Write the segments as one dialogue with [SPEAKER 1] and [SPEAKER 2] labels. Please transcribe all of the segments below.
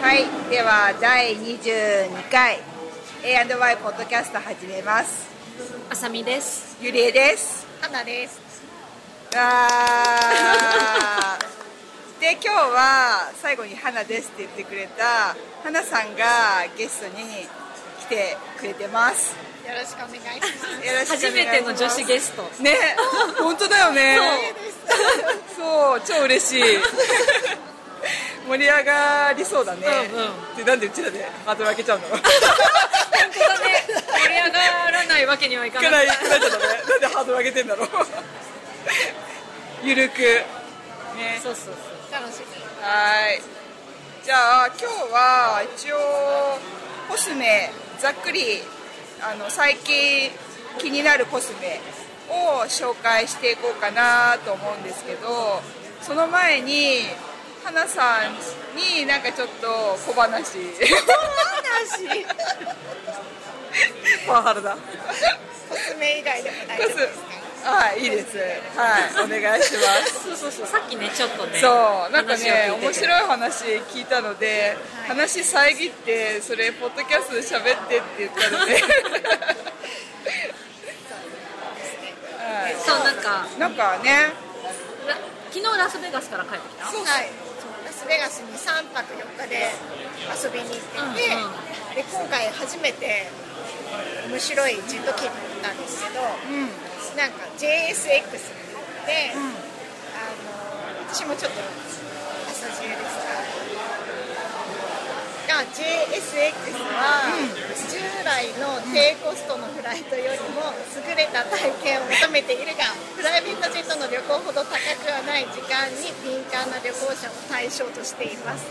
[SPEAKER 1] はい、では第22回 A&Y ポッドキャスト始めます。
[SPEAKER 2] あさみです。
[SPEAKER 1] ゆりえです。
[SPEAKER 2] はなです。
[SPEAKER 1] あーで今日は最後に花ですって言ってくれた花さんがゲストに来てくれてます。
[SPEAKER 3] よろしくお願いします。
[SPEAKER 1] よろしくお願いします
[SPEAKER 2] 初めての女子ゲスト。
[SPEAKER 1] ね、本当だよね。そう、超嬉しい。盛り上がりそうだね。
[SPEAKER 2] う
[SPEAKER 1] で、なんでうちらでまとめ開けちゃうの？
[SPEAKER 2] 本当だね。盛り上がらないわけにはいか
[SPEAKER 1] く
[SPEAKER 2] な
[SPEAKER 1] ら
[SPEAKER 2] い。
[SPEAKER 1] いくらいちゃったね。なんでハードル上げてんだろう。ゆるく。ね。
[SPEAKER 2] そうそうそう。
[SPEAKER 3] 楽し
[SPEAKER 1] はい。じゃあ今日は一応コスメざっくりあの最近気になるコスメを紹介していこうかなと思うんですけど、その前に花さんになんかちょっと小話。
[SPEAKER 3] み。話、
[SPEAKER 1] パワハラだ。
[SPEAKER 3] コスメ以外でも大
[SPEAKER 1] コ
[SPEAKER 3] 丈夫ですか。
[SPEAKER 1] ス。はい、いいです。はい、お願いします。
[SPEAKER 2] そうそうそう。さっきねちょっとね。
[SPEAKER 1] そうなんかね
[SPEAKER 2] 話を聞いてて
[SPEAKER 1] 面白い話聞いたので、
[SPEAKER 3] はい
[SPEAKER 1] 話遮ってそれポッドキャストで喋ってって言った ので
[SPEAKER 2] そうなんか
[SPEAKER 1] なんかね
[SPEAKER 2] ラ昨日ラスベガスから帰ってきた。
[SPEAKER 3] そうはい。そうラスベガスに三泊四日で遊びに行っていて、
[SPEAKER 2] うんうん
[SPEAKER 3] で今回初めて面白いジェット機に乗ったんですけど、なんか JSX で、あの私もちょっと朝知恵ですか。が JSX は、従来の低コストのフライトよりも優れた体験を求めているがプライベートジェットの旅行ほど高くはない時間に敏感な旅行者を対象としています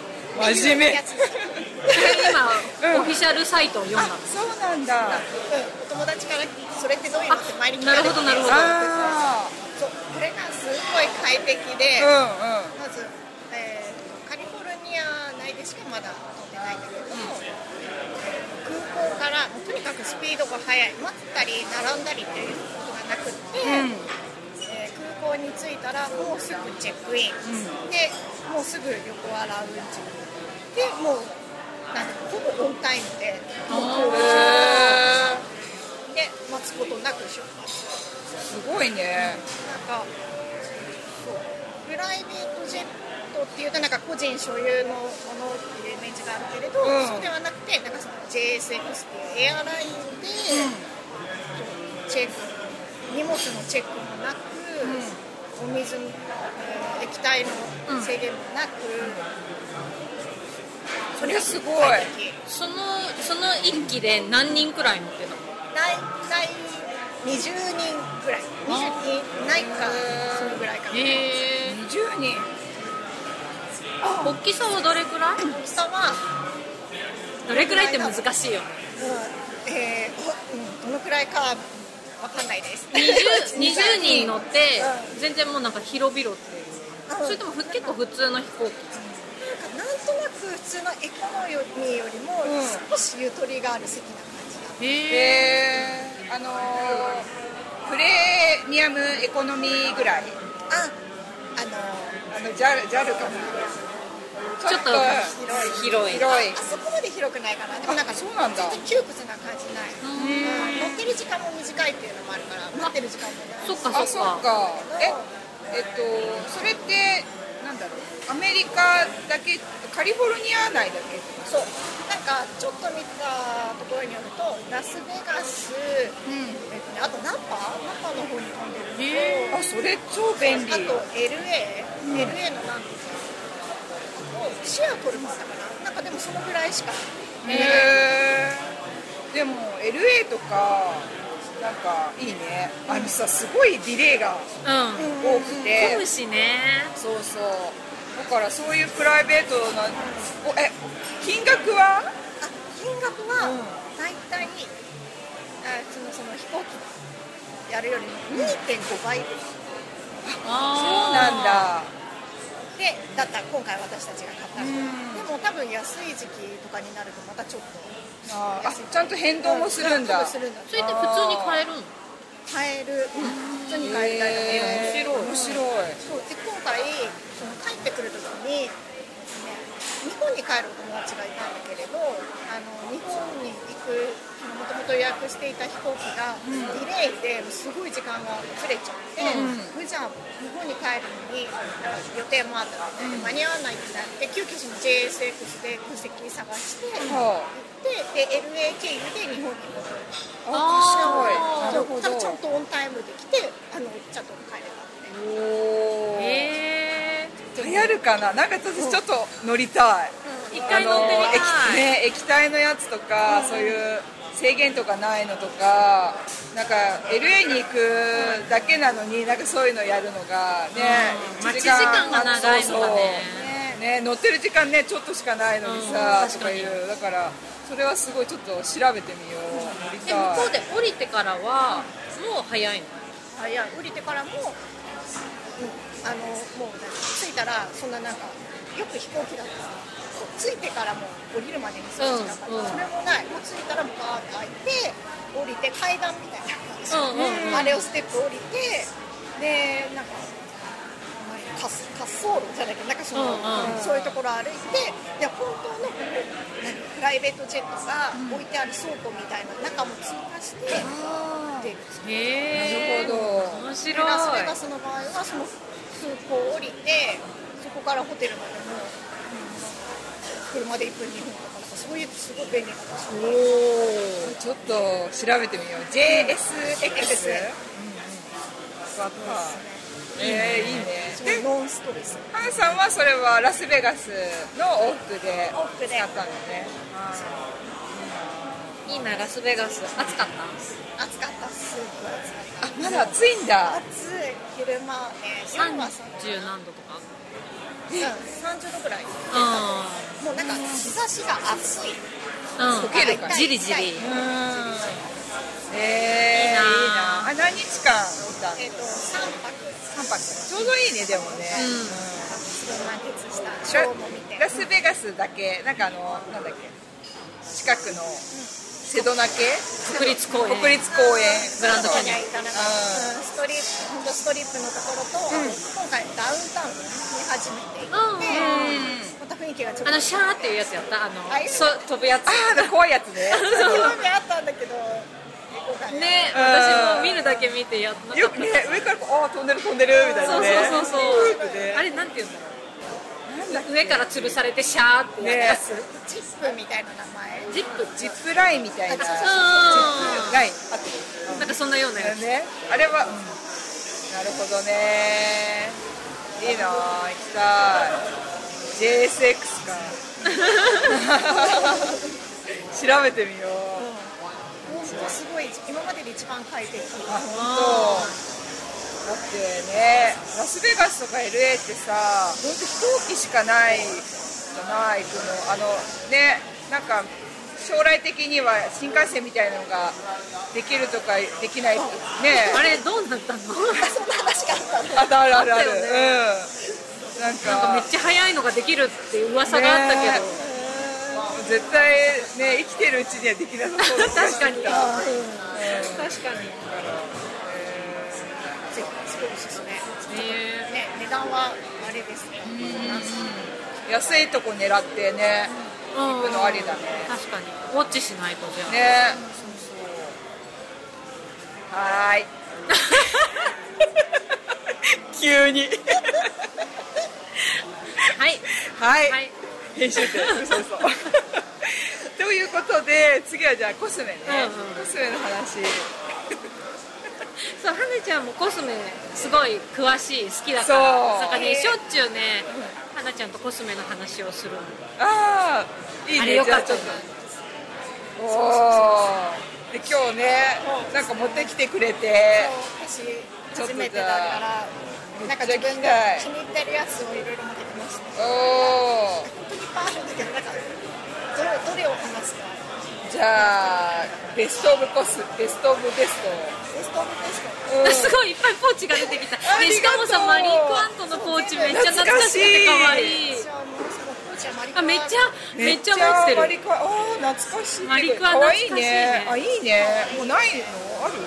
[SPEAKER 1] 真面目
[SPEAKER 3] やつ
[SPEAKER 2] 今、
[SPEAKER 1] うん
[SPEAKER 2] オフィシャルサイトを読ん
[SPEAKER 1] あ
[SPEAKER 2] だの。
[SPEAKER 1] そうなんだ
[SPEAKER 3] うん、お友達からそれってどういうのって前に聞かれ
[SPEAKER 2] あな
[SPEAKER 3] て
[SPEAKER 2] るほどなる
[SPEAKER 1] あ
[SPEAKER 3] そうこれがすごい快適
[SPEAKER 1] あ
[SPEAKER 3] で、
[SPEAKER 1] うんうん
[SPEAKER 3] まず、えーカリフォルニア内でしかまだ飛んでないんだけれども、空港からとにかくスピードが速い待ったり並んだりっていうことがなくって、えー空港に着いたらもうすぐチェックイン、でもうすぐ横はラウンジでもうなんかほぼオンタイムでで待つことなく出発
[SPEAKER 1] すごいね
[SPEAKER 3] なんかそうプライベートジェットっていうとなんか個人所有のものっていうイメージがあるけれど、
[SPEAKER 1] うん
[SPEAKER 3] そうではなくてなんかその JSX っていうエアラインで、チェック荷物のチェックもなく、お水のえー液体の制限もなく、
[SPEAKER 1] それすごい
[SPEAKER 3] 快適
[SPEAKER 2] そのその一機で何人くらい乗ってたの？
[SPEAKER 3] 大体20人ぐらい20人ないかそのぐらいかな。
[SPEAKER 2] へえ。
[SPEAKER 1] 20人
[SPEAKER 2] 大きさはどれくらい？
[SPEAKER 3] 大きさは
[SPEAKER 2] どれくらいって難しいよね。
[SPEAKER 3] うんえーおうんどのくらいかはわかんないです。
[SPEAKER 2] 二十二十人乗って
[SPEAKER 3] う
[SPEAKER 2] 全然もうなんか広々っていう。
[SPEAKER 3] うん
[SPEAKER 2] それともふ結構普通の飛行機？
[SPEAKER 3] なんかなんとなく普通のエコノミーよりも
[SPEAKER 1] うん
[SPEAKER 3] 少しゆとりがある席な感じだ。
[SPEAKER 2] へえ。
[SPEAKER 1] えー、あのープレミアムエコノミーぐらい
[SPEAKER 3] あ、あの
[SPEAKER 1] あの JAL, JAL かも
[SPEAKER 2] ちょっと広い。
[SPEAKER 1] 広い
[SPEAKER 3] あそこまで広くないかな。でもなんか
[SPEAKER 1] あそうなんだ
[SPEAKER 3] 全然窮屈な感じない。うん乗ってる時間も短いっていうのもあるから、待ってる時間もない。
[SPEAKER 2] そっかそっ
[SPEAKER 1] あ
[SPEAKER 2] か。
[SPEAKER 1] そっかええっとそれってなんだろうアメリカだけカリフォルニア内だけ
[SPEAKER 3] そう。なんかちょっと見たところによると、ラスベガス、
[SPEAKER 1] う
[SPEAKER 3] えっとね、あとナッパ、ナッパの方に飛んで
[SPEAKER 1] ん
[SPEAKER 3] る。
[SPEAKER 1] あそれ超便利
[SPEAKER 3] あと LA、LA のなんですかシアトルもあったかななんかでもそのぐらいしか
[SPEAKER 1] へーでも LA とかなんかいいねあのさすごいディレイが
[SPEAKER 2] うん。
[SPEAKER 1] 多くて、
[SPEAKER 2] 混むしね。
[SPEAKER 1] そうそうだからそういうプライベートなおえ金額は
[SPEAKER 3] あ金額は大体、あそのその飛行機やるよりも2.5倍で
[SPEAKER 1] そう
[SPEAKER 2] あ
[SPEAKER 1] なんだ
[SPEAKER 3] だった今回私たちが買ったのでも多分安い時期とかになるとまたちょっと
[SPEAKER 1] あーあちゃんと変動もするんだ
[SPEAKER 3] うん多分するんだ
[SPEAKER 2] それって普通に買えるの
[SPEAKER 3] 買える普通に買いたいだ
[SPEAKER 1] へ
[SPEAKER 3] け
[SPEAKER 1] 面白い、
[SPEAKER 3] そうで今回その帰ってくる時に、ね、日本に帰るお友達がいたんだけれどあの日本に行くもともと予約していた飛行機がディレイですごい時間がずれちゃって、普段日本に帰るのになんか予定もあったので、間に合わないってなって急遽その JSX で空席探して、
[SPEAKER 1] はあ
[SPEAKER 3] でで LA 経由で日本に戻る
[SPEAKER 1] あ面白いなるほ
[SPEAKER 3] ただちゃん
[SPEAKER 1] ど
[SPEAKER 3] とオンタイムで来てあのちゃんと帰れたので。
[SPEAKER 1] おー
[SPEAKER 2] え
[SPEAKER 1] 流行るかななんか私ちょっと乗りたい、
[SPEAKER 2] ー、一回乗ってみ
[SPEAKER 1] 液,、
[SPEAKER 2] たい。
[SPEAKER 1] ね、液体のやつとか、そういう制限とかないのとかなんか LA に行くだけなのになんかそういうのやるのがね、
[SPEAKER 2] う
[SPEAKER 1] 1
[SPEAKER 2] ん待ち時間が長
[SPEAKER 1] あ
[SPEAKER 2] いのがね
[SPEAKER 1] そうそうね乗ってる時間ねちょっとしかないのにさ、
[SPEAKER 2] うん
[SPEAKER 1] とかい
[SPEAKER 2] 確
[SPEAKER 1] うだからそれはすごいちょっと調べてみよう、乗り
[SPEAKER 2] で向
[SPEAKER 1] たい
[SPEAKER 2] こうで降りてからはもう早いの。
[SPEAKER 3] あいや降りてからも、うん、あのもうなんか着いたらそんななんかよく飛行機だったらこう着いてからもう降りるまでに少しだから、
[SPEAKER 2] うんうん
[SPEAKER 3] それもないもう着いたらもうバーッと開いて降りて階段みたいな感じ、
[SPEAKER 2] うんうんうん
[SPEAKER 3] あれをステップ降りてでなんか。滑滑走路じゃないけどなんかその、
[SPEAKER 2] うんうん
[SPEAKER 3] そういうところを歩いていや本当のこうなんかプライベートジェットが置いてある倉庫みたいな中も通過して、
[SPEAKER 2] へ
[SPEAKER 3] で
[SPEAKER 1] なる
[SPEAKER 2] え
[SPEAKER 1] ほど
[SPEAKER 2] 面
[SPEAKER 3] でラス
[SPEAKER 2] 白い
[SPEAKER 3] ベガスの場合はその空港を降りてそこからホテルまでも、車で1分2分とかなんかそういうすごい便利な場所
[SPEAKER 1] おーちょっと調べてみよう JSX
[SPEAKER 3] うん
[SPEAKER 1] わかったえー、いいね
[SPEAKER 3] す
[SPEAKER 1] で
[SPEAKER 3] ごいノンストレス
[SPEAKER 1] ハンさんはそれはラスベガスの往復で
[SPEAKER 3] 往復で
[SPEAKER 1] 使ったのね
[SPEAKER 2] いいなラスベガス暑かった
[SPEAKER 3] 暑かったすっごい暑か
[SPEAKER 1] あまだ暑いんだ
[SPEAKER 3] った暑い昼間はね夜は
[SPEAKER 2] 30何度とか
[SPEAKER 3] うん30度ぐらい
[SPEAKER 2] うん
[SPEAKER 3] もうなんか日差しが暑い
[SPEAKER 2] うん
[SPEAKER 1] 溶けるから
[SPEAKER 2] じりじり
[SPEAKER 3] う
[SPEAKER 1] えー、いい
[SPEAKER 2] いいな
[SPEAKER 1] なあ何日間いたの
[SPEAKER 3] えっ、と3泊
[SPEAKER 1] 3泊ちょうどいいねでもね、
[SPEAKER 3] すごい満喫したシ
[SPEAKER 1] ラ
[SPEAKER 3] ョーも見て
[SPEAKER 1] ラスベガスだけなんかあのなんだっけ近くの瀬戸内
[SPEAKER 2] 国立公園
[SPEAKER 1] 国立公園
[SPEAKER 2] ブランドキャニ
[SPEAKER 3] に
[SPEAKER 2] オン
[SPEAKER 3] は行かなかった、うん、ストリート本当ストリップのところと、今回ダウンタウンに初めて行って、また雰囲気がちょっと
[SPEAKER 2] あのシャーっていうやつやったあの
[SPEAKER 3] あいいね
[SPEAKER 2] そ飛ぶやつ
[SPEAKER 1] ああーあの怖いやつ ね
[SPEAKER 3] 興味あったんだけど今回
[SPEAKER 2] ね
[SPEAKER 1] うん
[SPEAKER 2] 私も見るだけ見てやんなか
[SPEAKER 1] よ
[SPEAKER 2] っ
[SPEAKER 1] くね上からこうああ飛んでる飛んでるみた
[SPEAKER 2] た
[SPEAKER 1] いな
[SPEAKER 2] そう
[SPEAKER 1] ね
[SPEAKER 2] そうそう
[SPEAKER 1] ふーって
[SPEAKER 2] そう
[SPEAKER 1] ね
[SPEAKER 2] あれなんて言うんだろう上から吊るされてシャーってやるやつ
[SPEAKER 3] チップみたいな名前
[SPEAKER 2] ジップ
[SPEAKER 1] ジップラインみたいなジップラインあって
[SPEAKER 2] うんなんかそんなようなやつ
[SPEAKER 1] ね、あれは、なるほどねいいなあ行きたい JSX か調べてみよう
[SPEAKER 3] もうすごい今までで一番快適
[SPEAKER 1] あ本当だってねラスベガスとか LA ってさ本当飛行機しかないじゃない行くのあのねなんか将来的には新幹線みたいなのができるとかできないね
[SPEAKER 2] あれどうなったの
[SPEAKER 3] そんな話があったの
[SPEAKER 1] あるあるあるある、
[SPEAKER 2] あったよね
[SPEAKER 1] うんなんか
[SPEAKER 2] めっちゃ速いのができるっていう噂があったけ
[SPEAKER 1] ね
[SPEAKER 2] ど
[SPEAKER 1] 絶対ね生きてるうちにはできなさそうです
[SPEAKER 2] 確かに
[SPEAKER 1] きっとうん
[SPEAKER 2] 確かに
[SPEAKER 3] ぜひすごいおすすめね
[SPEAKER 2] ね
[SPEAKER 3] 値段はあれですね
[SPEAKER 1] 安いとこ狙ってね
[SPEAKER 2] 行
[SPEAKER 1] 行くのありだね
[SPEAKER 2] 確かにウォッチしないとじゃあ、
[SPEAKER 1] ねはーい急に
[SPEAKER 2] はい
[SPEAKER 1] はい、
[SPEAKER 2] はい
[SPEAKER 1] 編集点そうそう ということで次はじゃあコスメね、
[SPEAKER 2] うんうん
[SPEAKER 1] コスメの話
[SPEAKER 2] そう花ちゃんもコスメすごい詳しい好きだから
[SPEAKER 1] そう
[SPEAKER 2] なんかねしょっちゅうね花ちゃんとコスメの話をするの
[SPEAKER 1] ああいい
[SPEAKER 2] あ
[SPEAKER 1] ね
[SPEAKER 2] れよかった
[SPEAKER 1] じゃあちょっ
[SPEAKER 2] ね
[SPEAKER 1] とおおで今日ねなんか持ってきてくれて
[SPEAKER 3] 私初めてだからなんか自分が気に入ってるやつをいろいろ持ってきました
[SPEAKER 1] おお
[SPEAKER 3] 本当にいっぱいあるんだけどなんかどれどれを話すか
[SPEAKER 1] じゃあベストオブコスベストオブベス
[SPEAKER 3] ベストオブベスト
[SPEAKER 1] ト、うん、
[SPEAKER 2] すごいいっぱいポーチが出てきた、
[SPEAKER 1] あ
[SPEAKER 2] ね、
[SPEAKER 1] り
[SPEAKER 2] し
[SPEAKER 1] が
[SPEAKER 2] か
[SPEAKER 1] とう
[SPEAKER 2] もさマリー・クワントのポーチめっちゃ懐かしくて可愛い
[SPEAKER 3] 私はもうそのポーちゃマリカ
[SPEAKER 2] あめっちゃめっちゃ持って
[SPEAKER 1] マ
[SPEAKER 2] る
[SPEAKER 1] リカあー懐かしい
[SPEAKER 2] マリカ
[SPEAKER 1] 可愛い
[SPEAKER 2] 懐かしい
[SPEAKER 1] ね
[SPEAKER 2] ね
[SPEAKER 1] あいいねもうないの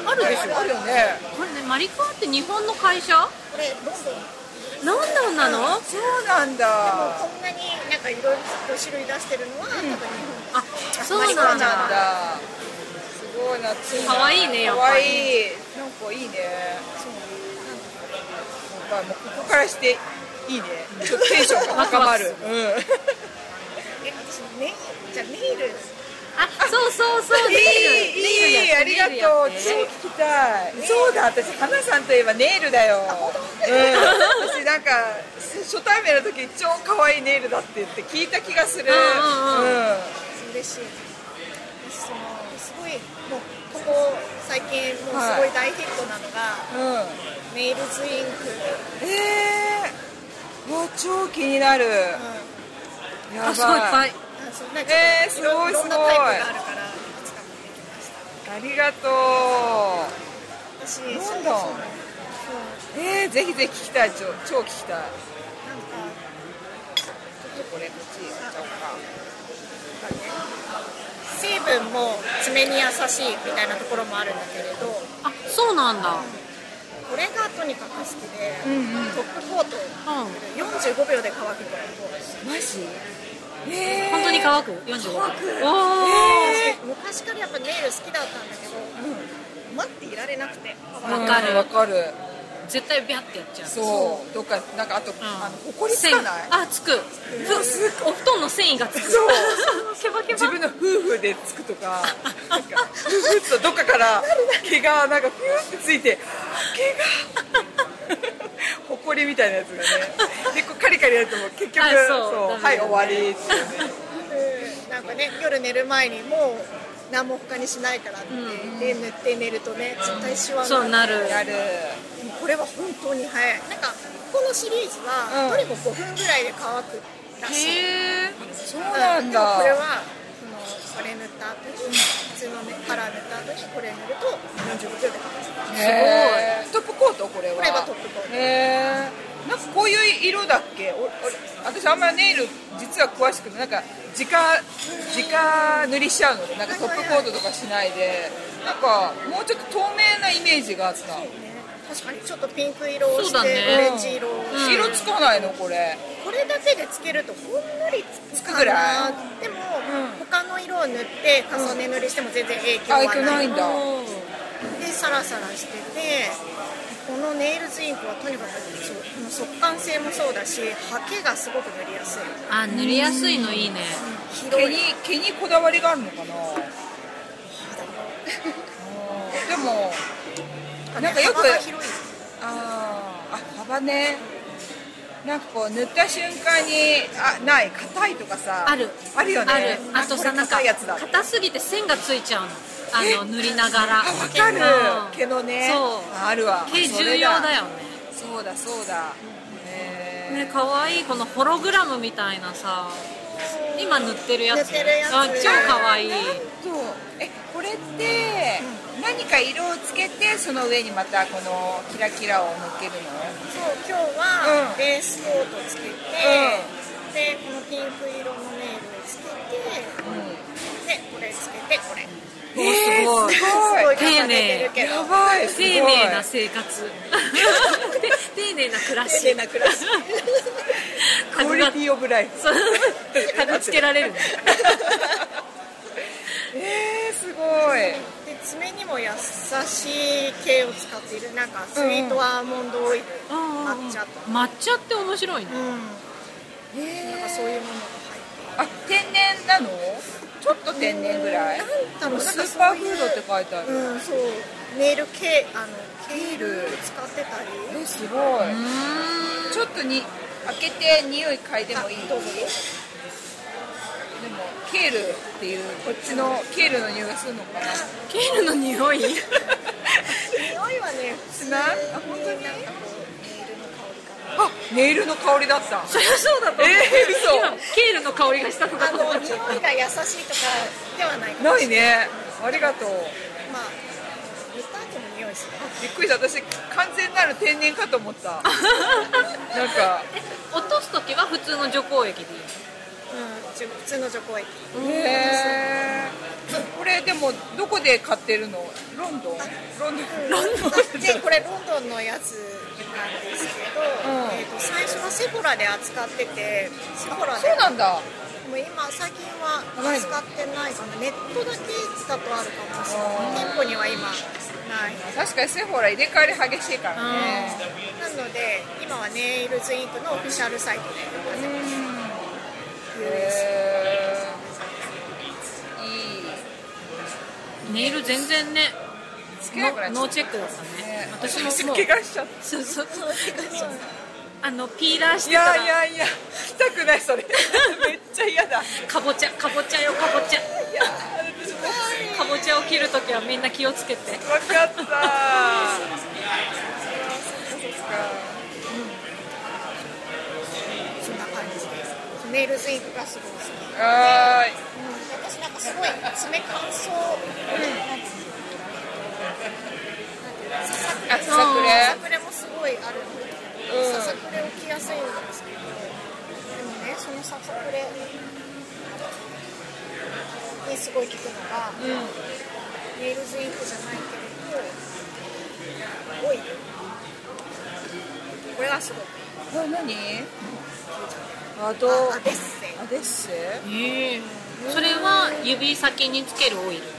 [SPEAKER 1] ある
[SPEAKER 2] あるでし
[SPEAKER 1] ね
[SPEAKER 2] ょ
[SPEAKER 1] あるよね
[SPEAKER 2] これねマリカーって日本の会社
[SPEAKER 3] これロンドン
[SPEAKER 2] なんなんなの
[SPEAKER 1] そうなんだ
[SPEAKER 3] こんなになんかいろいろ種類出してるのは、多分日本
[SPEAKER 2] あそう
[SPEAKER 1] マ
[SPEAKER 2] な
[SPEAKER 1] リ
[SPEAKER 2] ん
[SPEAKER 1] カ
[SPEAKER 2] だ
[SPEAKER 1] なんだすごい懐
[SPEAKER 2] 可愛いねやっ
[SPEAKER 1] かわ
[SPEAKER 2] ぱり
[SPEAKER 1] いいなんかいいねそうなんかもうここからしていいねちょっとテンションが高まる
[SPEAKER 2] ワ
[SPEAKER 1] うん
[SPEAKER 3] え私ネイルじゃあネイル
[SPEAKER 2] あそうそうそうネイルネイル
[SPEAKER 1] いいいい
[SPEAKER 2] や
[SPEAKER 1] あ
[SPEAKER 2] って
[SPEAKER 1] りが
[SPEAKER 2] ネイルや
[SPEAKER 1] と
[SPEAKER 2] っ
[SPEAKER 1] う
[SPEAKER 2] て
[SPEAKER 1] 超聞きたいそうだ私花さんといえばネイルだようん私なんか初対面の時超可愛いネイルだって言って聞いた気がする
[SPEAKER 2] うんうん
[SPEAKER 3] 嬉しい私そのすごいもうここ最近もうすごい大ヒットなのが、
[SPEAKER 1] うんうん
[SPEAKER 3] ネイルズインク、
[SPEAKER 1] えーうわ超気になる
[SPEAKER 3] う
[SPEAKER 1] やば
[SPEAKER 2] あすごいいっぱい
[SPEAKER 3] ん、あそうなんか
[SPEAKER 1] えー
[SPEAKER 3] ち
[SPEAKER 1] す
[SPEAKER 3] ょっと
[SPEAKER 1] ごい
[SPEAKER 3] いろん
[SPEAKER 1] すごい
[SPEAKER 3] なタイプがあるからいくつか持ってきました
[SPEAKER 1] ありがとう
[SPEAKER 3] 私
[SPEAKER 1] ロ
[SPEAKER 3] そう
[SPEAKER 1] ン
[SPEAKER 3] そ
[SPEAKER 1] ドン
[SPEAKER 3] うそう
[SPEAKER 1] えー、ぜひぜひ聞きたい超超聞きたい
[SPEAKER 3] なんか
[SPEAKER 1] ちょっとこれこっちやっちゃおうか
[SPEAKER 3] 成分も爪に優しいみたいなところもあるんだけれどこ
[SPEAKER 2] あそうなんだ
[SPEAKER 3] れがとにかく好きで、
[SPEAKER 1] うんうん
[SPEAKER 3] トップコート
[SPEAKER 2] うん
[SPEAKER 3] 45秒で乾くから
[SPEAKER 1] マジえー
[SPEAKER 2] 本当に乾く45乾くおー
[SPEAKER 1] え
[SPEAKER 3] 昔からやっぱネイル好きだったんだけど、待っていられなくて
[SPEAKER 1] ー
[SPEAKER 2] わかる
[SPEAKER 1] うんわかる
[SPEAKER 2] 絶対ビャってやっちゃう
[SPEAKER 1] そう、どっか、なんか、あと、
[SPEAKER 2] うん
[SPEAKER 1] あの、埃つかない
[SPEAKER 2] 繊。維あつくふお布団の繊維がつく
[SPEAKER 1] そう
[SPEAKER 2] ケバケバ
[SPEAKER 1] 自分の夫婦でつくとか、なんか、ふふっとどっかから、毛が、なんか、ふーってついて。毛が。埃みたいなやつがね。で、こう、カリカリやると、もう結局、
[SPEAKER 2] あそう
[SPEAKER 1] そう、
[SPEAKER 2] ダメだね
[SPEAKER 1] はい、終わりっていうね。
[SPEAKER 3] なんかね夜寝る前にもう何も他にしないからって、で塗って寝るとね絶対シワに
[SPEAKER 2] そうなる
[SPEAKER 1] やる。
[SPEAKER 3] でもこれは本当に早いなんかこのシリーズは、
[SPEAKER 1] うん
[SPEAKER 3] どれも5分ぐらいで乾くらしい
[SPEAKER 2] へえ
[SPEAKER 1] そうなん
[SPEAKER 3] でもこれ
[SPEAKER 1] だ。
[SPEAKER 3] はそのこれ塗った後に普通の、ね、カラー塗った後にこれ塗ると45秒で乾く
[SPEAKER 1] へートップコート、これは。
[SPEAKER 3] これはトップコート
[SPEAKER 1] へーなんかこういう色だっけおお私あんまネイル実は詳しくてなんか直直塗りしちゃうのでなんかトップコートとかしないでなんかもうちょっと透明なイメージがあった、
[SPEAKER 3] ね確かにちょっとピンク色をして、
[SPEAKER 2] そうだね
[SPEAKER 3] オレンジ色をして、
[SPEAKER 1] 色つかないのこれ
[SPEAKER 3] これだけでつけるとほんのりつ
[SPEAKER 1] つ
[SPEAKER 3] く
[SPEAKER 1] く
[SPEAKER 3] かな
[SPEAKER 1] ぐらい
[SPEAKER 3] で
[SPEAKER 1] う
[SPEAKER 3] も、他の色を塗って重ね塗りしても全然影響
[SPEAKER 1] あい
[SPEAKER 3] は
[SPEAKER 1] け
[SPEAKER 3] な
[SPEAKER 1] ない
[SPEAKER 3] い,、
[SPEAKER 1] んだ
[SPEAKER 3] でサラサラしててこのネイルズインクはとにかくそうこの速乾性もそうだしハケがすごく塗りやすい
[SPEAKER 2] あ塗りやすいのいいね
[SPEAKER 1] 毛
[SPEAKER 3] 広
[SPEAKER 1] に
[SPEAKER 3] い
[SPEAKER 1] 毛にこだわりがあるのか なうんでもなんかよく
[SPEAKER 3] 幅が広い
[SPEAKER 1] あーあ幅ねなんかこう塗った瞬間にあない硬いとかさ
[SPEAKER 2] ある
[SPEAKER 1] あるよね
[SPEAKER 2] あるあと
[SPEAKER 1] こ
[SPEAKER 2] さ
[SPEAKER 1] れ
[SPEAKER 2] なんか
[SPEAKER 1] 硬いやつだ
[SPEAKER 2] 硬すぎて線がついちゃうのあの塗りながら
[SPEAKER 1] あわかる
[SPEAKER 2] うん
[SPEAKER 1] 毛のね
[SPEAKER 2] そう
[SPEAKER 1] ああるわ
[SPEAKER 2] 毛
[SPEAKER 1] そ
[SPEAKER 2] 重
[SPEAKER 1] れ
[SPEAKER 2] 要だよ
[SPEAKER 1] そうだそうだね
[SPEAKER 2] ねね可愛いこのホログラムみたいなさ今塗ってるやつ
[SPEAKER 3] 塗ってるやつ
[SPEAKER 2] あ超可愛い
[SPEAKER 1] なんとえこれって何か色をつけてその上にまたこのキラキラを乗っけるの
[SPEAKER 3] そう今日は
[SPEAKER 1] うん
[SPEAKER 3] ベースコートつけて、
[SPEAKER 1] ん
[SPEAKER 3] でこのピンク色のネイルをつけてでこれつけてこれ
[SPEAKER 1] うん
[SPEAKER 2] すご
[SPEAKER 1] え
[SPEAKER 2] い
[SPEAKER 1] ーすごい
[SPEAKER 3] 重ねてるけど
[SPEAKER 1] やばいすごい
[SPEAKER 2] 丁寧な生活て 丁寧な暮らし
[SPEAKER 3] 丁寧な暮らし
[SPEAKER 1] クオリティオブライフ
[SPEAKER 2] そうタグつけられるね
[SPEAKER 1] えー、すごい
[SPEAKER 3] で爪にも優しい系を使っているなんかスイートアーモンドオイル、抹茶とか、
[SPEAKER 2] 抹茶って面白いね
[SPEAKER 3] うんなん
[SPEAKER 1] え
[SPEAKER 3] かそういうものが
[SPEAKER 1] あ天然なのちょっと天然ぐらい
[SPEAKER 3] 入ってるなんだろう
[SPEAKER 1] なん
[SPEAKER 3] な
[SPEAKER 1] か
[SPEAKER 3] ん
[SPEAKER 1] ス
[SPEAKER 3] か
[SPEAKER 1] ー
[SPEAKER 3] そう
[SPEAKER 1] パー
[SPEAKER 3] いう
[SPEAKER 1] フードって書いてある
[SPEAKER 3] うんそうネイル系あのケー
[SPEAKER 1] ネイ
[SPEAKER 3] ル
[SPEAKER 1] ル
[SPEAKER 3] 使ってたり
[SPEAKER 1] えすごい、
[SPEAKER 2] うーん
[SPEAKER 1] ちょっとに開けて匂い嗅いでもいい
[SPEAKER 3] あ
[SPEAKER 1] で
[SPEAKER 3] どう
[SPEAKER 1] も
[SPEAKER 3] ぞ
[SPEAKER 1] ケールっていうこっちのケールの匂いがするの かな
[SPEAKER 2] ケールの匂い
[SPEAKER 3] 匂いはね
[SPEAKER 1] しないあ本当に
[SPEAKER 3] なんかこうネイ
[SPEAKER 1] あネ
[SPEAKER 3] ルの香りか
[SPEAKER 1] イルの香りだった
[SPEAKER 2] そりゃそうだと思う
[SPEAKER 1] え
[SPEAKER 2] 今
[SPEAKER 1] ー、
[SPEAKER 2] ケールの香りがしたとかと思
[SPEAKER 3] なあ
[SPEAKER 2] っ
[SPEAKER 3] の
[SPEAKER 2] ちゃっ
[SPEAKER 3] 匂いが優しいとかではないか
[SPEAKER 1] 嘘
[SPEAKER 3] も
[SPEAKER 1] ないねありがとう
[SPEAKER 3] まあ塗った後も匂いする
[SPEAKER 1] びっくりした私完全なる天然かと思ったなんか
[SPEAKER 2] た落とす時は普通の除光液でいい
[SPEAKER 3] あじゅ普通の女工駅
[SPEAKER 1] へーこれでもどこで買ってるのロンドンロンドンロンドン
[SPEAKER 3] でこれロンドンのやつなんですけど、
[SPEAKER 1] うん
[SPEAKER 3] えー、と最初はセフォラで扱っててセフォラで
[SPEAKER 1] そうなんだ
[SPEAKER 3] もう今最近は
[SPEAKER 1] ないの
[SPEAKER 3] 扱ってないかなネットだけだとあるかもしれない店舗には今ない
[SPEAKER 1] 確かにセフォラ入れ替わり激しいからね
[SPEAKER 3] なので今はネイルズインクのオフィシャルサイトで
[SPEAKER 1] へーいい
[SPEAKER 2] ネイル全然ね
[SPEAKER 1] つけなくなっち
[SPEAKER 2] ノ
[SPEAKER 1] ゃ
[SPEAKER 2] ー
[SPEAKER 1] っ
[SPEAKER 2] チェックだった
[SPEAKER 1] た
[SPEAKER 2] ね
[SPEAKER 1] ね
[SPEAKER 2] 私ももう
[SPEAKER 1] 怪我しちゃっ
[SPEAKER 2] そうそうそうあのピーラーしたて
[SPEAKER 1] い
[SPEAKER 2] たら
[SPEAKER 1] やいやいや来たくないそれ めっちゃ嫌だ
[SPEAKER 2] かぼちゃかぼちゃよかぼちゃ
[SPEAKER 1] いやあれちょっと
[SPEAKER 2] かぼちゃを切るときはみんな気をつけて
[SPEAKER 1] 分かったそっか
[SPEAKER 3] そんな感じですネイルズインクがすごい好き
[SPEAKER 1] そっかはーい
[SPEAKER 3] 私なんかすごい爪乾燥、なんていうのなんていうのささくれ
[SPEAKER 1] あささくれ
[SPEAKER 3] ささくれもすごいあるんだけど、
[SPEAKER 1] うん
[SPEAKER 3] ささくれを着やすいんですけどでもねそのささくれにすごい効くのが、ネイルズインクじゃないけれど多いこれがすごい
[SPEAKER 1] あ何あと
[SPEAKER 3] あベッセえっ
[SPEAKER 1] あデッセ
[SPEAKER 2] それは指先につけるオイル
[SPEAKER 3] とね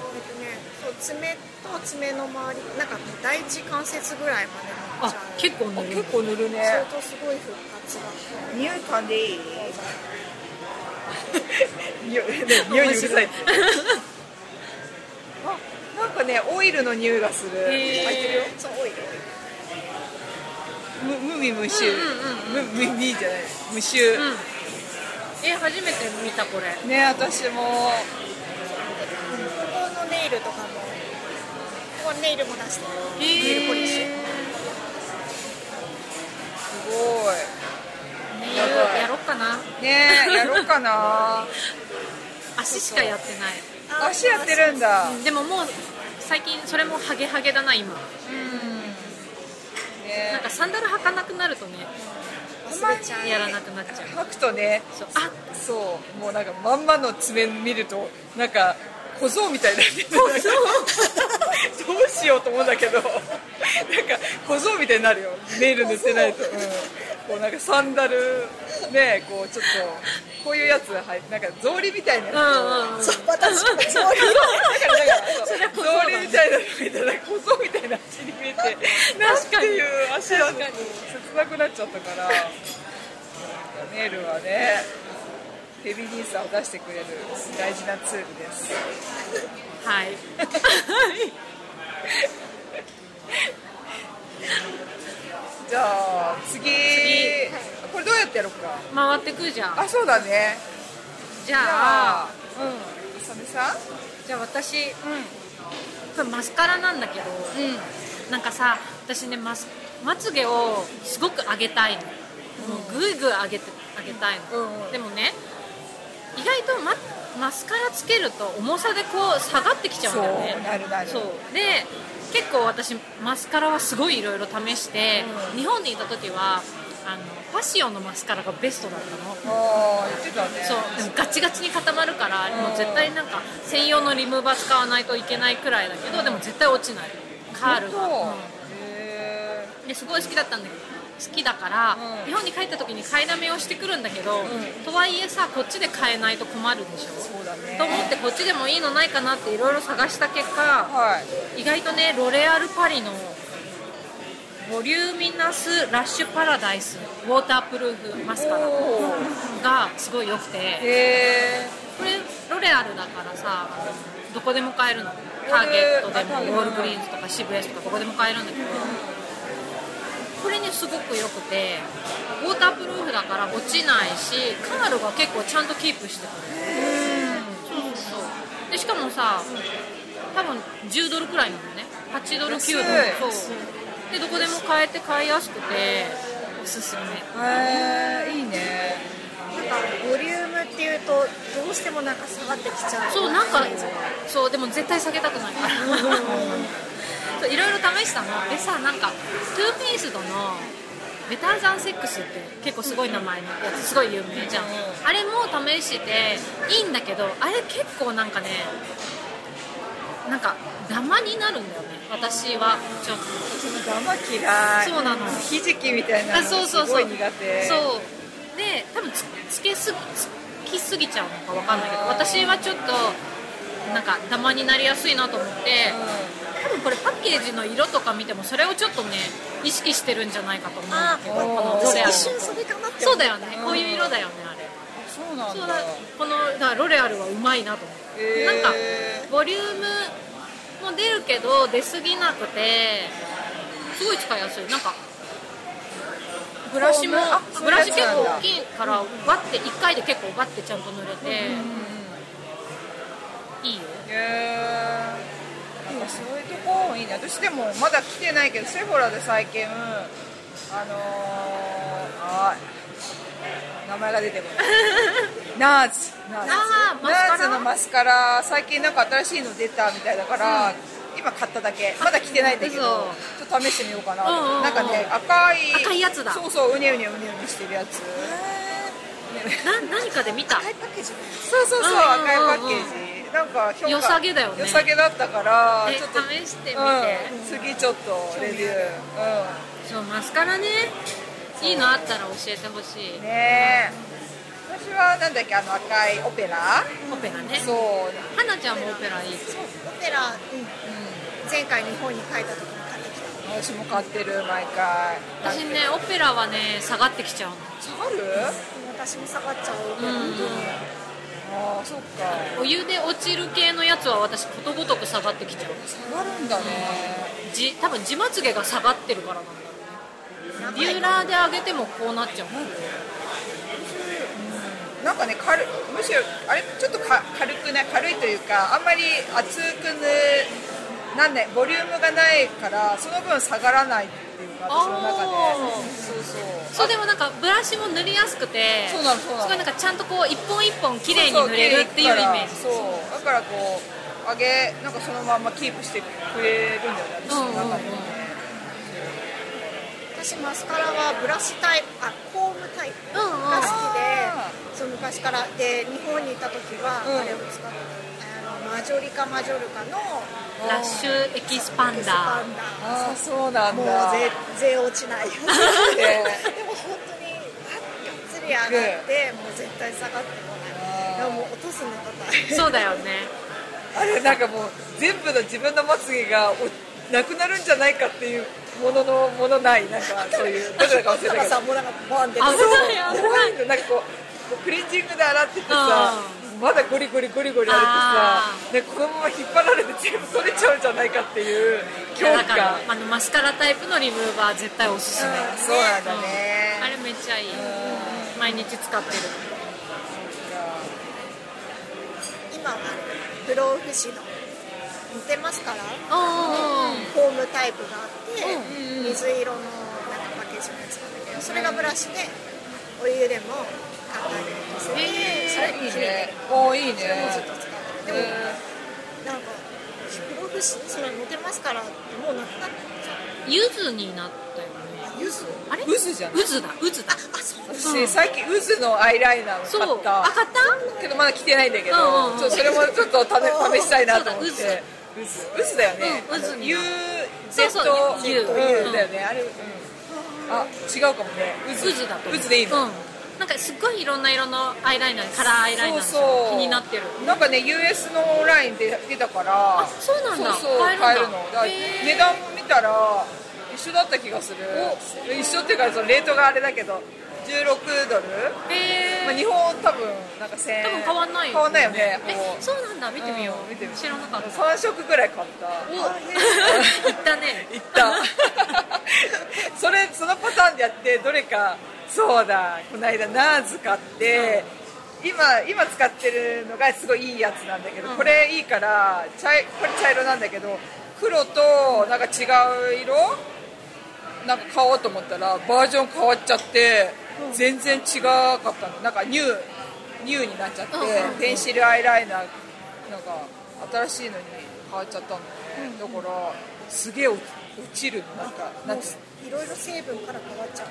[SPEAKER 3] そう爪と爪の周りなんかもう第一関節ぐらいまで塗っ
[SPEAKER 2] あ
[SPEAKER 3] ちゃう
[SPEAKER 2] 結構塗る
[SPEAKER 1] 結構塗る
[SPEAKER 3] それ
[SPEAKER 1] ね
[SPEAKER 3] とすごい復活が
[SPEAKER 1] 匂い噛んでいい匂い匂いにうるさいあなんかねオイルの匂いがする
[SPEAKER 2] へー
[SPEAKER 1] 開いてるよ
[SPEAKER 3] そう多いよ
[SPEAKER 1] む無味無臭む無味じゃない無臭
[SPEAKER 2] うんえ初めて見たこれ
[SPEAKER 1] ね私も
[SPEAKER 3] ここのネイルとかもここはネイルも出してる
[SPEAKER 2] ネイルポリッシュ
[SPEAKER 1] すごい
[SPEAKER 2] ネイルやろっかな
[SPEAKER 1] ねえやろう かな
[SPEAKER 2] 足しかやってない
[SPEAKER 1] 足やってるんだ
[SPEAKER 2] でももう最近それもハゲハゲだな今なん
[SPEAKER 1] ね
[SPEAKER 2] かサンダル履かなくなるとね
[SPEAKER 1] たまに
[SPEAKER 2] やらなくなっちゃう
[SPEAKER 1] 履くとね
[SPEAKER 2] そうあ
[SPEAKER 1] そうもうなんかまんまの爪見るとなんか小僧みたいになってるどうしようと思うんだけどなんか小僧みたいになるよネイル塗ってないと、うん、こうなんかサンダルねこうちょっとこういうやつはいなんか草履みたいなやつ、
[SPEAKER 2] うんうんうん
[SPEAKER 3] そう私もそう
[SPEAKER 1] だからだからそう草履みたいなの見たら小僧みたいな足に見えてなんていう足なの切なくなっちゃったからネイルはねフェミニーさを出してくれる大事なツールです
[SPEAKER 2] はい
[SPEAKER 1] じゃあ次これどうやってやろうか
[SPEAKER 2] 回ってくじゃん
[SPEAKER 1] あそうだね
[SPEAKER 2] じ
[SPEAKER 1] じ
[SPEAKER 2] ゃ
[SPEAKER 1] ゃ
[SPEAKER 2] あ
[SPEAKER 1] あうん浅見さん
[SPEAKER 2] じゃあ私
[SPEAKER 1] う
[SPEAKER 2] これマスカラなんだけど
[SPEAKER 1] んうん
[SPEAKER 2] なんかさ私ねままつげをすごく上げたいのもうぐいぐい上げて上げたいの、
[SPEAKER 1] うんうん
[SPEAKER 2] でもね意外とまマスカラつけると重さでこう下がってきちゃうんだよね
[SPEAKER 1] そうなるなる
[SPEAKER 2] そうで結構私マスカラはすごいいろいろ試して、日本にいた時はあのファシオのマスカラがベストだったの
[SPEAKER 1] ああ言ってたね
[SPEAKER 2] そうでもガチガチに固まるからもう絶対なんか専用のリムーバー使わないといけないくらいだけどでも絶対落ちないカールが、
[SPEAKER 1] 本
[SPEAKER 2] うん
[SPEAKER 1] 当へ
[SPEAKER 2] ですごい好きだったんだけど好きだから、
[SPEAKER 1] うん
[SPEAKER 2] 日本に帰った時に買いだめをしてくるんだけど、
[SPEAKER 1] ん
[SPEAKER 2] とはいえさこっちで買えないと困るでしょ
[SPEAKER 1] ーそうだね
[SPEAKER 2] と思ってこっちでもいいのないかなっていろいろ探した結果
[SPEAKER 1] はい
[SPEAKER 2] 意外とねロレアルパリのボリューミナスラッシュパラダイスウォータープルーフマスカラ
[SPEAKER 1] お
[SPEAKER 2] がすごい良くて
[SPEAKER 1] へえ
[SPEAKER 2] これロレアルだからさどこでも買えるのターゲットで
[SPEAKER 1] あターゲッ
[SPEAKER 2] も
[SPEAKER 1] ト
[SPEAKER 2] ウォールグリーンズとか渋谷とかどこでも買えるんだけどこれねすごく良くてウォータープルーフだから落ちないしカールが結構ちゃんとキープしてくれるそうそうそうでしかもさ多分10ドルくらいなのね8ドル9ドル
[SPEAKER 1] 安い
[SPEAKER 2] そうでどこでも買えて買いやすくておすすめ
[SPEAKER 1] へえいいね
[SPEAKER 3] なんかボリュームっていうとどうしてもなんか下がってきちゃう
[SPEAKER 2] そうなんかそうでも絶対下げたくないからそういろいろ試したのでさなんかトゥーピースドのベターザンセックスって結構すごい名前のやつすごい有名じゃん、あれも試していいんだけどあれ結構なんかねなんかダマになるんだよね私はちょっと
[SPEAKER 1] そのダマ嫌い
[SPEAKER 2] そうなの
[SPEAKER 1] ひじきみたいな
[SPEAKER 2] あ
[SPEAKER 1] の
[SPEAKER 2] そうそう
[SPEAKER 1] す
[SPEAKER 2] そ
[SPEAKER 1] ご
[SPEAKER 2] う
[SPEAKER 1] い苦手
[SPEAKER 2] そうで多分つつけすぎつきすぎちゃうのかわかんないけど私はちょっとなんかダマになりやすいなと思って多分これパッケージの色とか見てもそれをちょっとね意識してるんじゃないかと思うんだけど
[SPEAKER 1] あー
[SPEAKER 2] このロ
[SPEAKER 3] 私
[SPEAKER 2] レアル
[SPEAKER 3] 一瞬それかなって
[SPEAKER 2] そ
[SPEAKER 3] 思
[SPEAKER 2] う
[SPEAKER 3] っ
[SPEAKER 2] だ
[SPEAKER 3] た
[SPEAKER 2] よねこういう色だよねあれ
[SPEAKER 1] そうなん
[SPEAKER 2] そ
[SPEAKER 1] だ
[SPEAKER 2] うだこのだからロレアルはうまいなと思って、
[SPEAKER 1] へー
[SPEAKER 2] なんかボリュームも出るけど出過ぎなくてすごい使いやすいなんかブラシも
[SPEAKER 1] あ
[SPEAKER 2] ブラシ
[SPEAKER 1] そう
[SPEAKER 2] 結
[SPEAKER 1] なん
[SPEAKER 2] 構
[SPEAKER 1] だ
[SPEAKER 2] 大きいからバッて1回で結構バッてちゃんと塗れて、いいよ
[SPEAKER 1] へーなんかそういうとこいいね私でもまだ来てないけどセフォラで最近あのー、あー名前が出てこ ないナーズナーズ
[SPEAKER 2] あーマスカラ
[SPEAKER 1] ナーズのマスカラ最近なんか新しいの出たみたいだから、今買っただけまだ着てないんだけどち
[SPEAKER 2] あ
[SPEAKER 1] ょっと試してみようかな、
[SPEAKER 2] うんうんうん
[SPEAKER 1] なんかね赤い
[SPEAKER 2] 赤いやつだ
[SPEAKER 1] そうそううねうねうねうねしてるやつ、ね
[SPEAKER 2] な何かで 見た
[SPEAKER 3] 赤いパッケージのやつ
[SPEAKER 1] そうそうそう、
[SPEAKER 2] うんうんうんうん
[SPEAKER 1] 赤いパッケージなんか評価
[SPEAKER 2] 良さげだよね
[SPEAKER 1] 良さげだったから
[SPEAKER 2] え
[SPEAKER 1] ちょっと
[SPEAKER 2] 試してみて、
[SPEAKER 1] うん、次ちょっとレビュー、
[SPEAKER 2] そうマスカラねいいのあったら教えてほしい、
[SPEAKER 1] うん、ねえ私はなんだっけあの赤いオペラ、
[SPEAKER 2] オペラね
[SPEAKER 1] そう
[SPEAKER 2] 花ちゃんもオペラいいって
[SPEAKER 3] そうオペラ、うん前回日本に帰った時に買ってきた
[SPEAKER 1] 私も買ってる毎回
[SPEAKER 2] 私ねオペラはね下がってきちゃうの
[SPEAKER 1] 下がる
[SPEAKER 3] 私も下がっちゃおうけど、
[SPEAKER 2] うん
[SPEAKER 1] ああそっか
[SPEAKER 2] お湯で落ちる系のやつは私ことごとく下がってきちゃう
[SPEAKER 1] 下がるんだね
[SPEAKER 2] じ多分地まつげが下がってるからなんだろうねビューラーで上げてもこうなっちゃう
[SPEAKER 1] なんかね軽いむしろあれちょっとか軽くない軽いというかあんまり厚くぬなんないボリュームがないからその分下がらないっていうか私の中で
[SPEAKER 2] あ
[SPEAKER 1] そうそう
[SPEAKER 2] そうでもなんかブラシも塗りやすくて
[SPEAKER 1] そうなのそうなの
[SPEAKER 2] すごいなんかちゃんとこう一本一本綺麗に塗れるっていうイメージ
[SPEAKER 1] そうだからこう上げなんかそのまんまキープしてくれるんだよね私の中でね、
[SPEAKER 3] 私マスカラはブラシタイプあコームタイプ
[SPEAKER 2] うんうん
[SPEAKER 3] が好き
[SPEAKER 1] あ
[SPEAKER 3] でそう昔からで日本にいた時は
[SPEAKER 1] うん
[SPEAKER 3] あれを使ってた、あのマジョリカマジョルカの
[SPEAKER 2] ラッシュエキスパンダー
[SPEAKER 3] エキスパンダー
[SPEAKER 1] ああそうなん
[SPEAKER 3] もう
[SPEAKER 1] だ
[SPEAKER 3] ぜ全落ち ないよ
[SPEAKER 1] え
[SPEAKER 3] でも本当にあがっつり上がってもう絶対下がってこないでももう落とすのと大変
[SPEAKER 2] そうだよね
[SPEAKER 1] あれなんかもう全部の自分のまつげがおなくなるんじゃないかっていうもののものないなんかそういうどれだか忘れたけ
[SPEAKER 3] だから
[SPEAKER 1] ど
[SPEAKER 3] さもうなんかバンって
[SPEAKER 2] あ
[SPEAKER 1] そう
[SPEAKER 2] 危ない
[SPEAKER 1] 怖いのなんかこうクレンジングで洗っててさ、まだゴリゴリゴリゴリあれてさでこのまま引っ張られて全部取れちゃうんじゃないかっていう恐怖
[SPEAKER 2] だから
[SPEAKER 1] 感
[SPEAKER 2] あのマスカラタイプのリムーバー絶対おすすめ、
[SPEAKER 1] そうなんだね
[SPEAKER 2] あれめっちゃいい毎日使ってる
[SPEAKER 3] 今は不老不死の似てますから
[SPEAKER 2] あ
[SPEAKER 3] フォームタイプがあって、水色のなんかパッケージのやつなんだけどそれがブラシでお湯でも簡単に落とせて、
[SPEAKER 2] へー
[SPEAKER 3] それ
[SPEAKER 1] いい
[SPEAKER 3] 綺麗
[SPEAKER 1] ねおーいいね
[SPEAKER 3] それもずっと使ってるでも、なんか黒節それ似てますからってもうなくなっちゃう
[SPEAKER 2] ゆずになったよね
[SPEAKER 3] ゆず
[SPEAKER 2] あれ
[SPEAKER 1] 渦じゃない
[SPEAKER 2] 渦だ渦だ
[SPEAKER 3] あそう
[SPEAKER 1] 私最近渦のアイライナーを買
[SPEAKER 2] そう
[SPEAKER 1] った
[SPEAKER 2] あ買った
[SPEAKER 1] けどまだ着てないんだけど、
[SPEAKER 2] うんうんうん
[SPEAKER 1] そうそれもちょっとため試したいなと思って
[SPEAKER 2] そうだ
[SPEAKER 1] 渦渦だよね、
[SPEAKER 2] うん渦
[SPEAKER 1] あの
[SPEAKER 2] に
[SPEAKER 1] U
[SPEAKER 2] そうそう U
[SPEAKER 1] うんだよねあれ、うん、あ違うかもね渦
[SPEAKER 2] 渦だと思う
[SPEAKER 1] 渦でいいの、
[SPEAKER 2] うん、なんかすっごいいろんな色のアイライナーカラーアイライナー
[SPEAKER 1] そうそう
[SPEAKER 2] 気になってる
[SPEAKER 1] なんかね US のオンラインで出たから
[SPEAKER 2] あそうなんだ
[SPEAKER 1] そうそう
[SPEAKER 2] 買
[SPEAKER 1] 買
[SPEAKER 2] え
[SPEAKER 1] え
[SPEAKER 2] るん
[SPEAKER 1] る
[SPEAKER 2] だ
[SPEAKER 1] のだから
[SPEAKER 2] へー
[SPEAKER 1] 値段も見たら一緒だった気がする一緒っていうかそのレートがあれだけど16ドル、
[SPEAKER 2] へ
[SPEAKER 1] まあ、
[SPEAKER 2] え
[SPEAKER 1] 日本多分なんか1000円
[SPEAKER 2] 多分変わんないよ
[SPEAKER 1] 変わんないよね
[SPEAKER 2] え
[SPEAKER 1] もう
[SPEAKER 2] そうなんだ見てみよう、
[SPEAKER 1] うん見てみよう
[SPEAKER 2] 知らなかった
[SPEAKER 1] 3色ぐらい買った
[SPEAKER 2] お
[SPEAKER 1] 行
[SPEAKER 2] 行ったね
[SPEAKER 1] った それそのパターンでやってどれかそうだこの間ナーズ買って、今今使ってるのがすごいいいやつなんだけど、
[SPEAKER 2] うん
[SPEAKER 1] これいいから茶いこれ茶色なんだけど黒となんか違う色なんか買おうと思ったらバージョン変わっちゃって、全然違かったのなんかニューニューになっちゃって、
[SPEAKER 2] うんうんうん
[SPEAKER 1] ペンシルアイライナーなんか新しいのに変わっちゃったんだね、だからすげえ落落ちるのなんかなんつ
[SPEAKER 3] いろいろ成分から変わっちゃっ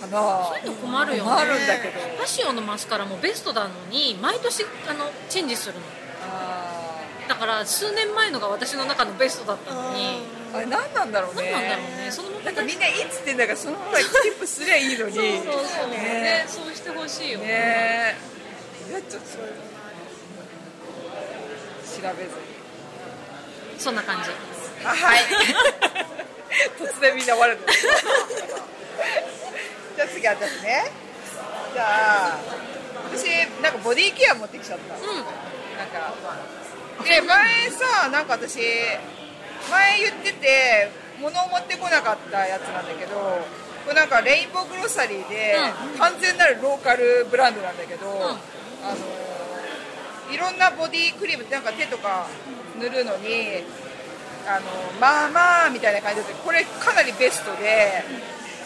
[SPEAKER 3] た
[SPEAKER 1] かな
[SPEAKER 2] そういうの困るよね
[SPEAKER 1] 困るんだけど
[SPEAKER 2] パシオンのマスカラもベストなのに毎年あのチェンジするの
[SPEAKER 1] あ
[SPEAKER 2] だから数年前のが私の中のベストだったのに
[SPEAKER 1] ーあれ何なんだろう
[SPEAKER 2] 何
[SPEAKER 1] ね
[SPEAKER 2] なんだろうねそのまま
[SPEAKER 1] なんかみんないつってんだからそのままスキップすりゃいいのに
[SPEAKER 2] そうそうそうね
[SPEAKER 1] ね
[SPEAKER 2] そうしてほしいよ
[SPEAKER 1] ねいやちょっとそういうの調べずに
[SPEAKER 2] そんな感じ
[SPEAKER 1] あはい突然みんな終わるのじゃあ次私ねじゃあ私なんかボディケア持ってきちゃったなん
[SPEAKER 2] うん
[SPEAKER 1] かで前さなんか私前言ってて物を持ってこなかったやつなんだけどこれなんかレインボーグロサリーで
[SPEAKER 2] う
[SPEAKER 1] 完全なるローカルブランドなんだけど、
[SPEAKER 2] ん
[SPEAKER 1] あのいろんなボディクリームなんか手とか塗るのにあのまあまあみたいな感じでこれかなりベストで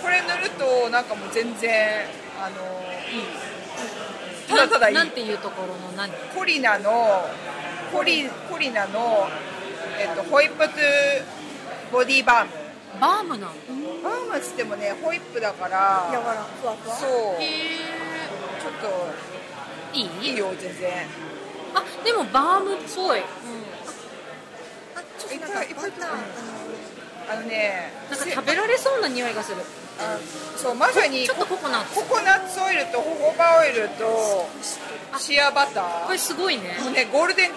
[SPEAKER 1] これ塗るとなんかもう全然あのいいただただいい
[SPEAKER 2] なんていうところの何
[SPEAKER 1] コリナのコリコリナの、えっと、ホイップトゥボディバーム
[SPEAKER 2] バームなんだ
[SPEAKER 1] バームっつってもねホイップだから
[SPEAKER 3] 柔らかふわふわ
[SPEAKER 1] そう
[SPEAKER 2] へ
[SPEAKER 1] ち
[SPEAKER 2] え
[SPEAKER 1] ょっ
[SPEAKER 2] いい
[SPEAKER 1] といいよ全然
[SPEAKER 2] あでもバームっぽい
[SPEAKER 3] あちょっとなんか
[SPEAKER 1] いっ
[SPEAKER 3] バ
[SPEAKER 1] ぱいいっぱい
[SPEAKER 3] ターあの
[SPEAKER 1] あのね
[SPEAKER 2] なんか
[SPEAKER 1] せ
[SPEAKER 2] 食べられそうな匂いがする
[SPEAKER 1] あそうまさに
[SPEAKER 2] ちょっとココナッツ
[SPEAKER 1] ココナッツオイルとホホバオイルとシアバタ
[SPEAKER 2] これすごいね
[SPEAKER 1] ーもうねゴールデンゴ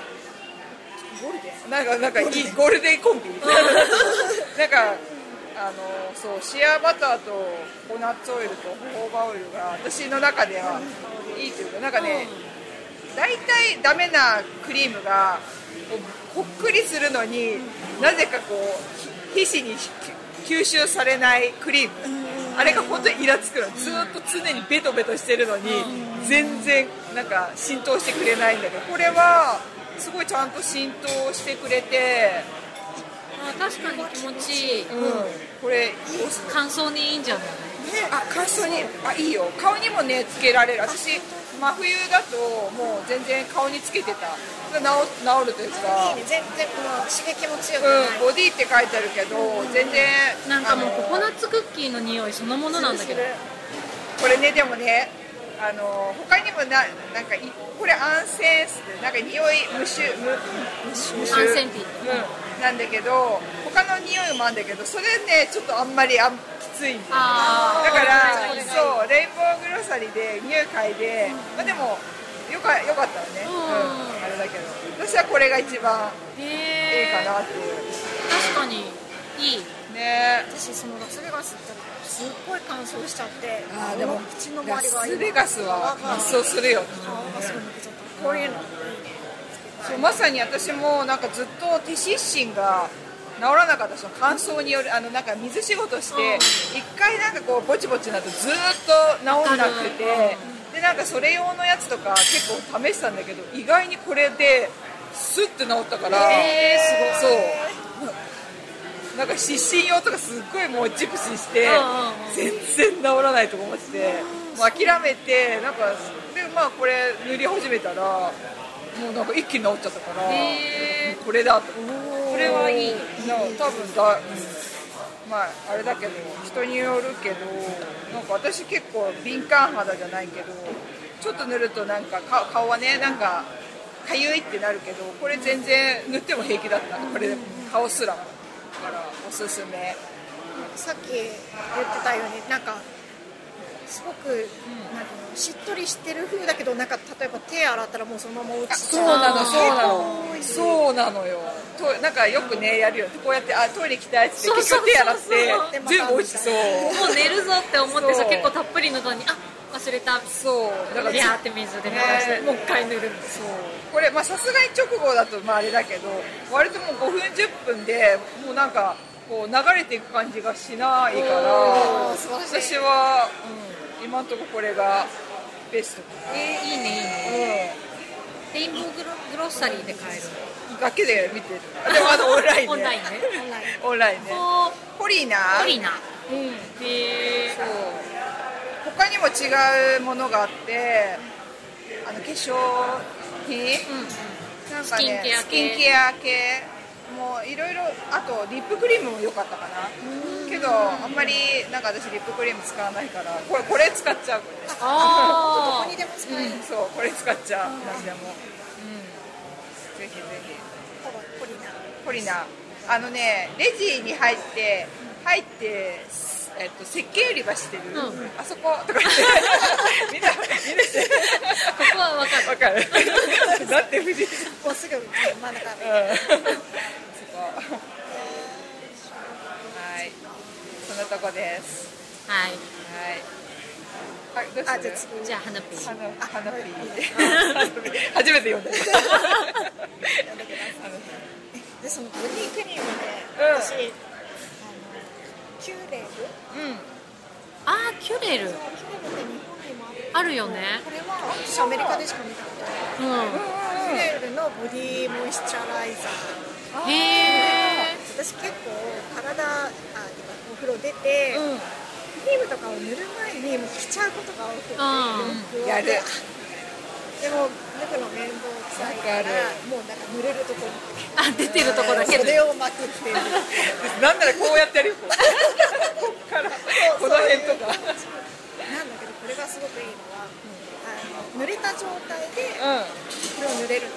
[SPEAKER 1] ールデンなんかなんかいいゴールデンコンビ なんかあのそうシアバターとココナッツオイルとホホバオイルが私の中ではいいというかなんかね大体ダメなクリームがこうこっくりするのになぜかこうひ皮脂にひ吸収されないクリームあれが本当にイラつくのずーっと常にベトベトしてるのに全然なんか浸透してくれないんだけどこれはすごいちゃんと浸透してくれて、
[SPEAKER 2] あ確かに気持ちいい
[SPEAKER 1] うん、これいい
[SPEAKER 2] 乾燥にいいんじゃない
[SPEAKER 1] あ乾燥にあいいよ顔にもねつけられる私真冬だともう全然顔につけてた治治るというか
[SPEAKER 3] いいね全然この刺激も強くない、
[SPEAKER 1] うん、ボディって書いてあるけど、全然
[SPEAKER 2] なんかもう
[SPEAKER 1] あの
[SPEAKER 2] ココナッツクッキーの匂いそのものなんだけど
[SPEAKER 1] これねでもねあの他にもななんかいこれアンセンスなんか匂い無臭無無臭無
[SPEAKER 2] アンセンティ
[SPEAKER 1] うん、なんだけど他の匂いもあるんだけどそれねちょっとあんまりあんきついんだよね
[SPEAKER 2] あ
[SPEAKER 1] だ
[SPEAKER 2] ー
[SPEAKER 1] から
[SPEAKER 2] これがいいこれが
[SPEAKER 1] そうレインボーグロサリーで入会で、まあ、でもよかよかったらね、
[SPEAKER 2] う
[SPEAKER 1] うんんあれだけど私はこれが一番い
[SPEAKER 2] へ
[SPEAKER 1] いか
[SPEAKER 2] え
[SPEAKER 1] なっていう
[SPEAKER 2] 確かにいい
[SPEAKER 1] ね
[SPEAKER 3] 私そのラスベガス行った時すっごい乾燥しちゃって
[SPEAKER 1] あーでも
[SPEAKER 3] 口の
[SPEAKER 1] ラ
[SPEAKER 3] 周りが
[SPEAKER 1] スベガスは発想するよね
[SPEAKER 3] 顔がすごい抜けちゃったこういうの
[SPEAKER 1] そうまさに私もなんかずっと手湿疹が治らなかったその乾燥によるあのなんか水仕事して一回なんかこうぼちぼちになるとずーっと治んなくてでなんかそれ用のやつとか結構試したんだけど意外にこれでスッて治ったから
[SPEAKER 2] へーすごい
[SPEAKER 1] そうなんか湿疹用とかすっごいもうジプシして
[SPEAKER 2] うん
[SPEAKER 1] 全然治らないと思っててもう諦めてなんかでまあこれ塗り始めたらもうなんか一気に治っちゃったから、
[SPEAKER 2] へえ
[SPEAKER 1] これだとこ
[SPEAKER 2] これ
[SPEAKER 1] れ
[SPEAKER 2] は
[SPEAKER 1] はいい
[SPEAKER 2] い
[SPEAKER 1] いな多分だ、うんまああれだけど人によるけどなんか私結構敏感肌じゃないけどちょっと塗るとなんかか顔はねなんかかゆいってなるけどこれ全然塗っても平気だったこれ顔すらだからおすすめ
[SPEAKER 3] さっき言ってたようになんかすごく、なんかしっとりしてる風だけどなんか例えば手洗ったらもうそのまま落ちち
[SPEAKER 1] そう
[SPEAKER 3] ゃう
[SPEAKER 1] なのそうな
[SPEAKER 3] 結構多い
[SPEAKER 1] のそうなのよとなんかよくねやるよねこうやってあトイレ行きたいっつって
[SPEAKER 2] そう
[SPEAKER 1] 結
[SPEAKER 2] そうそう
[SPEAKER 1] 局手洗っ
[SPEAKER 2] そう
[SPEAKER 1] て全部落ちてそう
[SPEAKER 2] もう寝るぞって思ってさ
[SPEAKER 1] そう
[SPEAKER 2] 結構たっぷりののにあ忘れた
[SPEAKER 1] そうだから
[SPEAKER 2] ビャーって水で流して
[SPEAKER 1] ね
[SPEAKER 2] もう一回塗る
[SPEAKER 1] そうこれまあさすがに直後だとまああれだけど割ともう5分10分でもうなんかこう流れていく感じがしないから
[SPEAKER 3] おー素晴らしい
[SPEAKER 1] 私は、うん、今のところこれがベストか
[SPEAKER 2] えーいいねいいね
[SPEAKER 1] な、
[SPEAKER 2] レインボーグログロッサリーで買える
[SPEAKER 1] うん、だけで見てるでもあのオンラインで
[SPEAKER 2] オンラインね
[SPEAKER 3] 本来
[SPEAKER 1] オンラインね
[SPEAKER 2] おー
[SPEAKER 1] ホリーナ
[SPEAKER 2] ポリナ
[SPEAKER 1] うん
[SPEAKER 2] へえ
[SPEAKER 1] そう他にも違うものがあってあの化粧品、
[SPEAKER 2] うんうん
[SPEAKER 1] なんかね、
[SPEAKER 2] スキンケア系
[SPEAKER 1] スキンケア系もういろいろあとリップクリームも良かったかなけどあんまりなんか私リップクリーム使わないからこれこれ使っちゃうこれ
[SPEAKER 2] あ
[SPEAKER 3] どこにでも使える、
[SPEAKER 1] そうこれ使っちゃう何でもぜひぜひ
[SPEAKER 3] ほらポリナ
[SPEAKER 1] ポリナあのねレジに入って入ってえっと、石鹸売り場してる、
[SPEAKER 2] ん
[SPEAKER 1] あそことか言って みんな見れて
[SPEAKER 2] ここは分かる
[SPEAKER 1] わかる だって不思議
[SPEAKER 3] こうすぐ真ん中
[SPEAKER 1] うん そこ。
[SPEAKER 3] で
[SPEAKER 1] はい。そのとこです。
[SPEAKER 2] は
[SPEAKER 1] は
[SPEAKER 2] い
[SPEAKER 1] い。あ、どうする
[SPEAKER 3] あじゃあ次
[SPEAKER 2] じゃあ花ピー
[SPEAKER 1] 花花ピー。 初めて読んだ。
[SPEAKER 3] やめてくださいでそのボディクリームで、
[SPEAKER 1] うん
[SPEAKER 3] 私あのキューレル
[SPEAKER 1] うん。
[SPEAKER 2] あーキュレル
[SPEAKER 3] そうキューレルって日本にもある
[SPEAKER 2] あるよね
[SPEAKER 3] これは私アメリカでしか見たことな
[SPEAKER 2] う
[SPEAKER 3] い
[SPEAKER 2] ん
[SPEAKER 3] キューレルのボディモイスチャライザー
[SPEAKER 2] へえ
[SPEAKER 3] 私結構体あお風呂出て、
[SPEAKER 1] うん。
[SPEAKER 3] クリームとかを塗る前にもう着ちゃうことが多くて、
[SPEAKER 2] う
[SPEAKER 1] うんやる
[SPEAKER 3] ででも脱ぐの綿棒臭いから
[SPEAKER 1] わかる
[SPEAKER 3] もうなんか濡れるとこ
[SPEAKER 2] あ出てるとこだけ
[SPEAKER 3] そ
[SPEAKER 2] で
[SPEAKER 3] れを巻くっていう
[SPEAKER 1] なんならこうやってやるよ。こっからこの辺とか。
[SPEAKER 3] なんだけどこれがすごくいいのは、あの濡れた状態でこれを濡れる、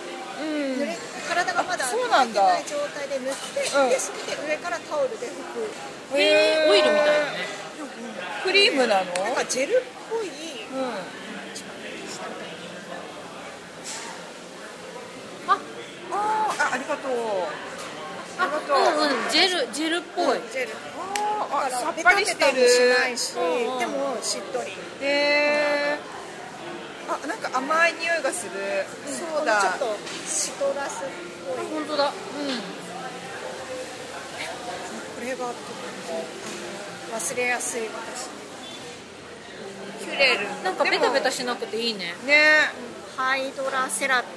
[SPEAKER 1] うん。う
[SPEAKER 3] 濡
[SPEAKER 1] ん。
[SPEAKER 3] れ体がまだ
[SPEAKER 1] あ
[SPEAKER 3] 濡
[SPEAKER 1] そう
[SPEAKER 3] れて
[SPEAKER 1] なんだ
[SPEAKER 3] ない状態で塗って、
[SPEAKER 1] うん
[SPEAKER 3] でそれで上からタオルで拭く
[SPEAKER 2] へえオイルみたいだね
[SPEAKER 1] クリームなの？
[SPEAKER 3] なんかジェルっぽ
[SPEAKER 1] う
[SPEAKER 3] い
[SPEAKER 1] ん。
[SPEAKER 2] あ
[SPEAKER 1] あーあ、ありがとう。ありがとう。
[SPEAKER 2] あうんうんジェルジェルっぽい
[SPEAKER 3] ジェル
[SPEAKER 1] あーあ、さっ
[SPEAKER 3] ベ
[SPEAKER 1] ぱ
[SPEAKER 3] タ
[SPEAKER 1] り
[SPEAKER 3] ベ
[SPEAKER 1] して
[SPEAKER 3] タも
[SPEAKER 1] る。
[SPEAKER 3] しないし、
[SPEAKER 2] うんうん
[SPEAKER 3] でもしっとり
[SPEAKER 1] へえあなんか甘い匂いがする、そうだ
[SPEAKER 3] ちょっとシトラスっぽい
[SPEAKER 2] 本当だ
[SPEAKER 3] これがとてもあの忘れやすい私
[SPEAKER 1] キュレル
[SPEAKER 2] うんなんかベタベタ
[SPEAKER 1] し
[SPEAKER 2] しなくていいね
[SPEAKER 1] ね
[SPEAKER 3] ハイドラセラピ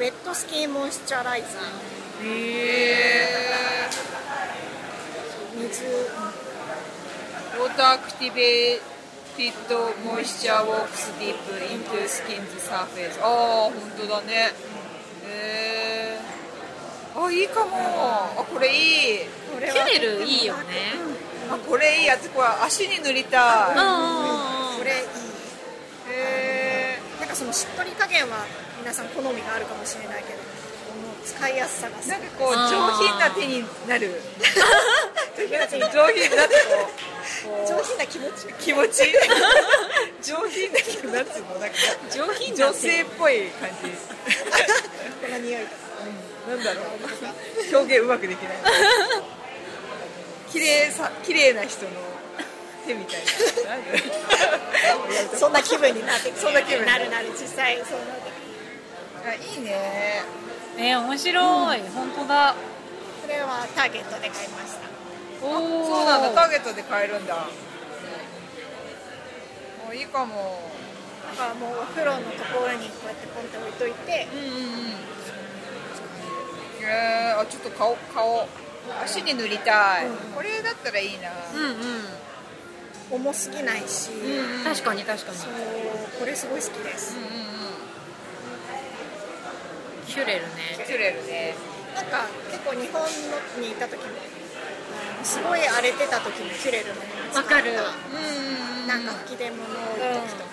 [SPEAKER 3] ーウェットスキンモイスチャライザ
[SPEAKER 1] へ
[SPEAKER 3] ー
[SPEAKER 1] え
[SPEAKER 3] 水
[SPEAKER 1] ウォーターアクティベーティッドモイスチャーウォークスディープイントゥスキンズサーフェイスああ本当だねへえあいいかもあこれいいこれ
[SPEAKER 2] キ
[SPEAKER 1] は
[SPEAKER 2] ュレルいいよね
[SPEAKER 1] あこれいいやつこれ足に塗りたい
[SPEAKER 2] うんうんうん
[SPEAKER 3] これい
[SPEAKER 1] へ
[SPEAKER 3] い
[SPEAKER 1] え
[SPEAKER 3] なんかそのしっとり加減は皆さん好みがあるかもしれないけどこの使いやすさがすご
[SPEAKER 1] ないんかこう
[SPEAKER 2] あー
[SPEAKER 1] 上品な手になる 上品な手に上品になってこうこう
[SPEAKER 3] 上品な気持ち
[SPEAKER 1] 気持ち上品な気なんつうのなんか
[SPEAKER 2] 上品だ
[SPEAKER 1] 女
[SPEAKER 2] ね
[SPEAKER 1] 性っぽい感じ
[SPEAKER 3] この匂いとか
[SPEAKER 1] なんだろう表現うまくできない綺麗さ綺麗な人の手みたいななんで
[SPEAKER 3] そんな気分になってくる
[SPEAKER 1] そんな気分に
[SPEAKER 3] なるなる実際そうなってくる
[SPEAKER 1] あいいね
[SPEAKER 2] えー面白い本当だ
[SPEAKER 3] これはターゲットで買いました
[SPEAKER 2] おお
[SPEAKER 1] そうなんだターゲットで買えるんだもういいかも
[SPEAKER 3] だからもうお風呂のところにこうやってポンって置いといて
[SPEAKER 1] うんうんうんえー、あちょっと顔顔足に塗りたい、これだったらいいな、
[SPEAKER 2] うん
[SPEAKER 3] 重すぎないし、
[SPEAKER 2] うん確かに確かに
[SPEAKER 3] そうこれすごい好きです、
[SPEAKER 1] うんうん
[SPEAKER 2] キュレル
[SPEAKER 1] うん
[SPEAKER 2] ね
[SPEAKER 1] キュレルね
[SPEAKER 3] なんか結構日本のにいた時もあのすごい荒れてた時もキュレルのもの使
[SPEAKER 2] わ
[SPEAKER 3] った
[SPEAKER 2] か
[SPEAKER 1] う
[SPEAKER 2] る
[SPEAKER 1] んうんうん
[SPEAKER 3] なんか吹き出物を置いとくとか、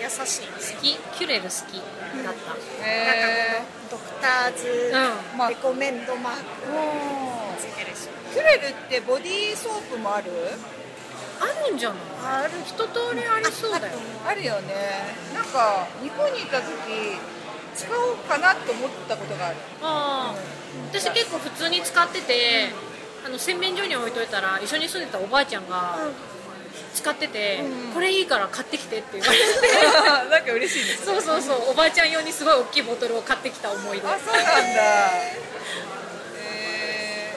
[SPEAKER 3] 優しいです
[SPEAKER 2] 好きキュレル好きだった
[SPEAKER 3] なんか
[SPEAKER 1] え
[SPEAKER 3] このドクターズ、
[SPEAKER 2] うん
[SPEAKER 1] まあ
[SPEAKER 3] レコメンドマーク
[SPEAKER 1] ー、も
[SPEAKER 3] ついてるし
[SPEAKER 1] うキュレルってボディーソープもある
[SPEAKER 2] あるんじゃない
[SPEAKER 3] ある
[SPEAKER 2] 一通りありそうだよ
[SPEAKER 1] あるよねなんか日本にいた時使おうかなと思ったことがある
[SPEAKER 2] ああ私結構普通に使っててあの洗面所に置いといたら一緒に住んでたおばあちゃんが使ってて、これいいから買ってきてって言われ て
[SPEAKER 1] なんか嬉しいです
[SPEAKER 2] そうそうそうおばあちゃん用にすごい大きいボトルを買ってきた思い出
[SPEAKER 1] あそうなんだえ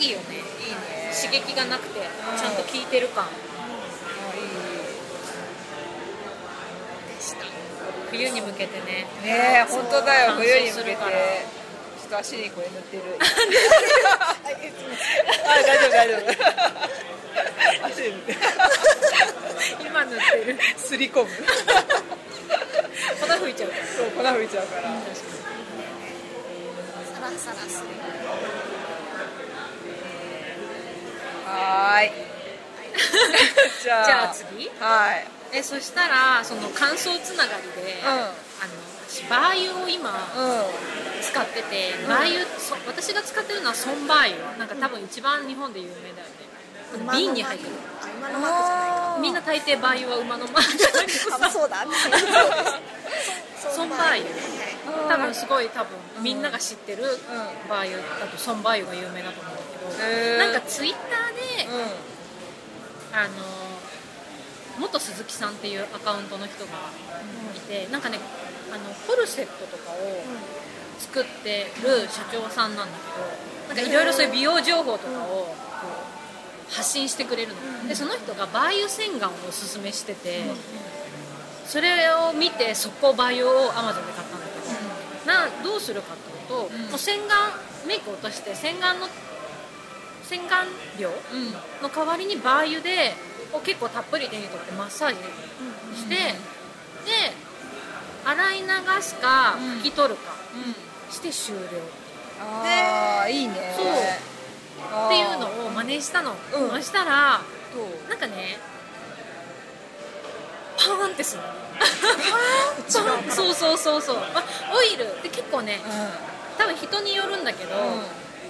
[SPEAKER 2] いいよね
[SPEAKER 1] ー、いいね
[SPEAKER 2] 刺激がなくてちゃんと効いてる感
[SPEAKER 1] あい
[SPEAKER 3] でした
[SPEAKER 2] 冬に向けてね
[SPEAKER 1] いねえ本当だよ
[SPEAKER 2] 乾燥
[SPEAKER 1] 冬に向け
[SPEAKER 2] す
[SPEAKER 1] てちょ
[SPEAKER 2] るから
[SPEAKER 1] っと足にこれ塗ってる
[SPEAKER 3] あえっと
[SPEAKER 1] あ大丈夫大丈 夫足に塗ってる
[SPEAKER 2] 今塗って る
[SPEAKER 1] すり込む
[SPEAKER 2] 粉吹いちゃうか
[SPEAKER 1] そう
[SPEAKER 2] ら
[SPEAKER 1] 粉吹いちゃうから
[SPEAKER 2] 確かに
[SPEAKER 1] え
[SPEAKER 3] らする。
[SPEAKER 1] はーい じゃあ
[SPEAKER 2] じゃあ次
[SPEAKER 1] はい
[SPEAKER 2] えそしたらその感想つながりで、
[SPEAKER 1] うん
[SPEAKER 2] あの私バー油を今
[SPEAKER 1] う
[SPEAKER 2] 使ってて、バー油そ私が使ってるのはソンバー油なんか多分一番日本で有名だよね瓶に入ってる
[SPEAKER 3] あ今のマークじゃないか
[SPEAKER 1] ん
[SPEAKER 2] みんな大抵バー油は馬のマークじゃないです か
[SPEAKER 3] あそうだね。
[SPEAKER 2] ソンバー油多分すごい多分みんなが知ってるバー油だとソンバー油が有名だと思うんだけ
[SPEAKER 1] へー
[SPEAKER 2] どなんかツイッターで
[SPEAKER 1] うん
[SPEAKER 2] あの元鈴木さんっていうアカウントの人がいてなんかねあのコルセットとかを作ってる社長さんなんだけどなんかいろいろそういう美容情報とかをこう発信してくれるのでその人がバー油洗顔をおすすめしててそれを見て速攻バー油を Amazon で買ったんだけどなどうするかっていうともう洗顔メイク落として洗顔の洗顔料
[SPEAKER 1] うんうん
[SPEAKER 2] の代わりにバー油でを結構たっぷり手に取ってマッサージして、で洗い流すか
[SPEAKER 1] うん
[SPEAKER 2] 拭き取るかして終了っ
[SPEAKER 1] ああいいね
[SPEAKER 2] そう
[SPEAKER 1] あー
[SPEAKER 2] ていうのを真似したの、
[SPEAKER 1] うん
[SPEAKER 2] そしたら
[SPEAKER 1] どう
[SPEAKER 2] なんかねパーンってするのパーンって そうそうそうそうあオイルって結構ね多分人によるんだけど、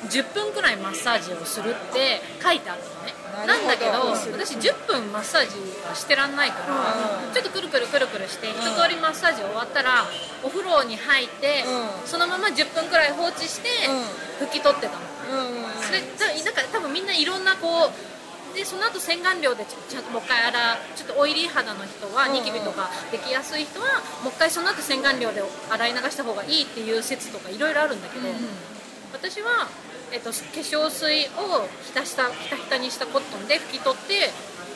[SPEAKER 2] 10分くらいマッサージをするって書いてあったのね
[SPEAKER 1] なる
[SPEAKER 2] な
[SPEAKER 1] ほ
[SPEAKER 2] ん
[SPEAKER 1] ど
[SPEAKER 2] だけど
[SPEAKER 1] うん
[SPEAKER 2] 私10分マッサージはしてらんないから、
[SPEAKER 1] うん
[SPEAKER 2] ちょっとくるくるくるくるして一通りマッサージ終わったらお風呂に入って、
[SPEAKER 1] うん
[SPEAKER 2] そのまま10分くらい放置して拭き取ってたの、
[SPEAKER 1] うんうんうんうん
[SPEAKER 2] それだなんか多分みんないろんなこうでその後洗顔料でちょちゃんともう一回洗うちょっとオイリー肌の人は
[SPEAKER 1] うんうん
[SPEAKER 2] ニキビとかできやすい人はもう一回その後洗顔料で洗い流した方がいいっていう説とかいろいろあるんだけど、私は、えっと、化粧水をひたしたひたひたにしたコットンで拭き取って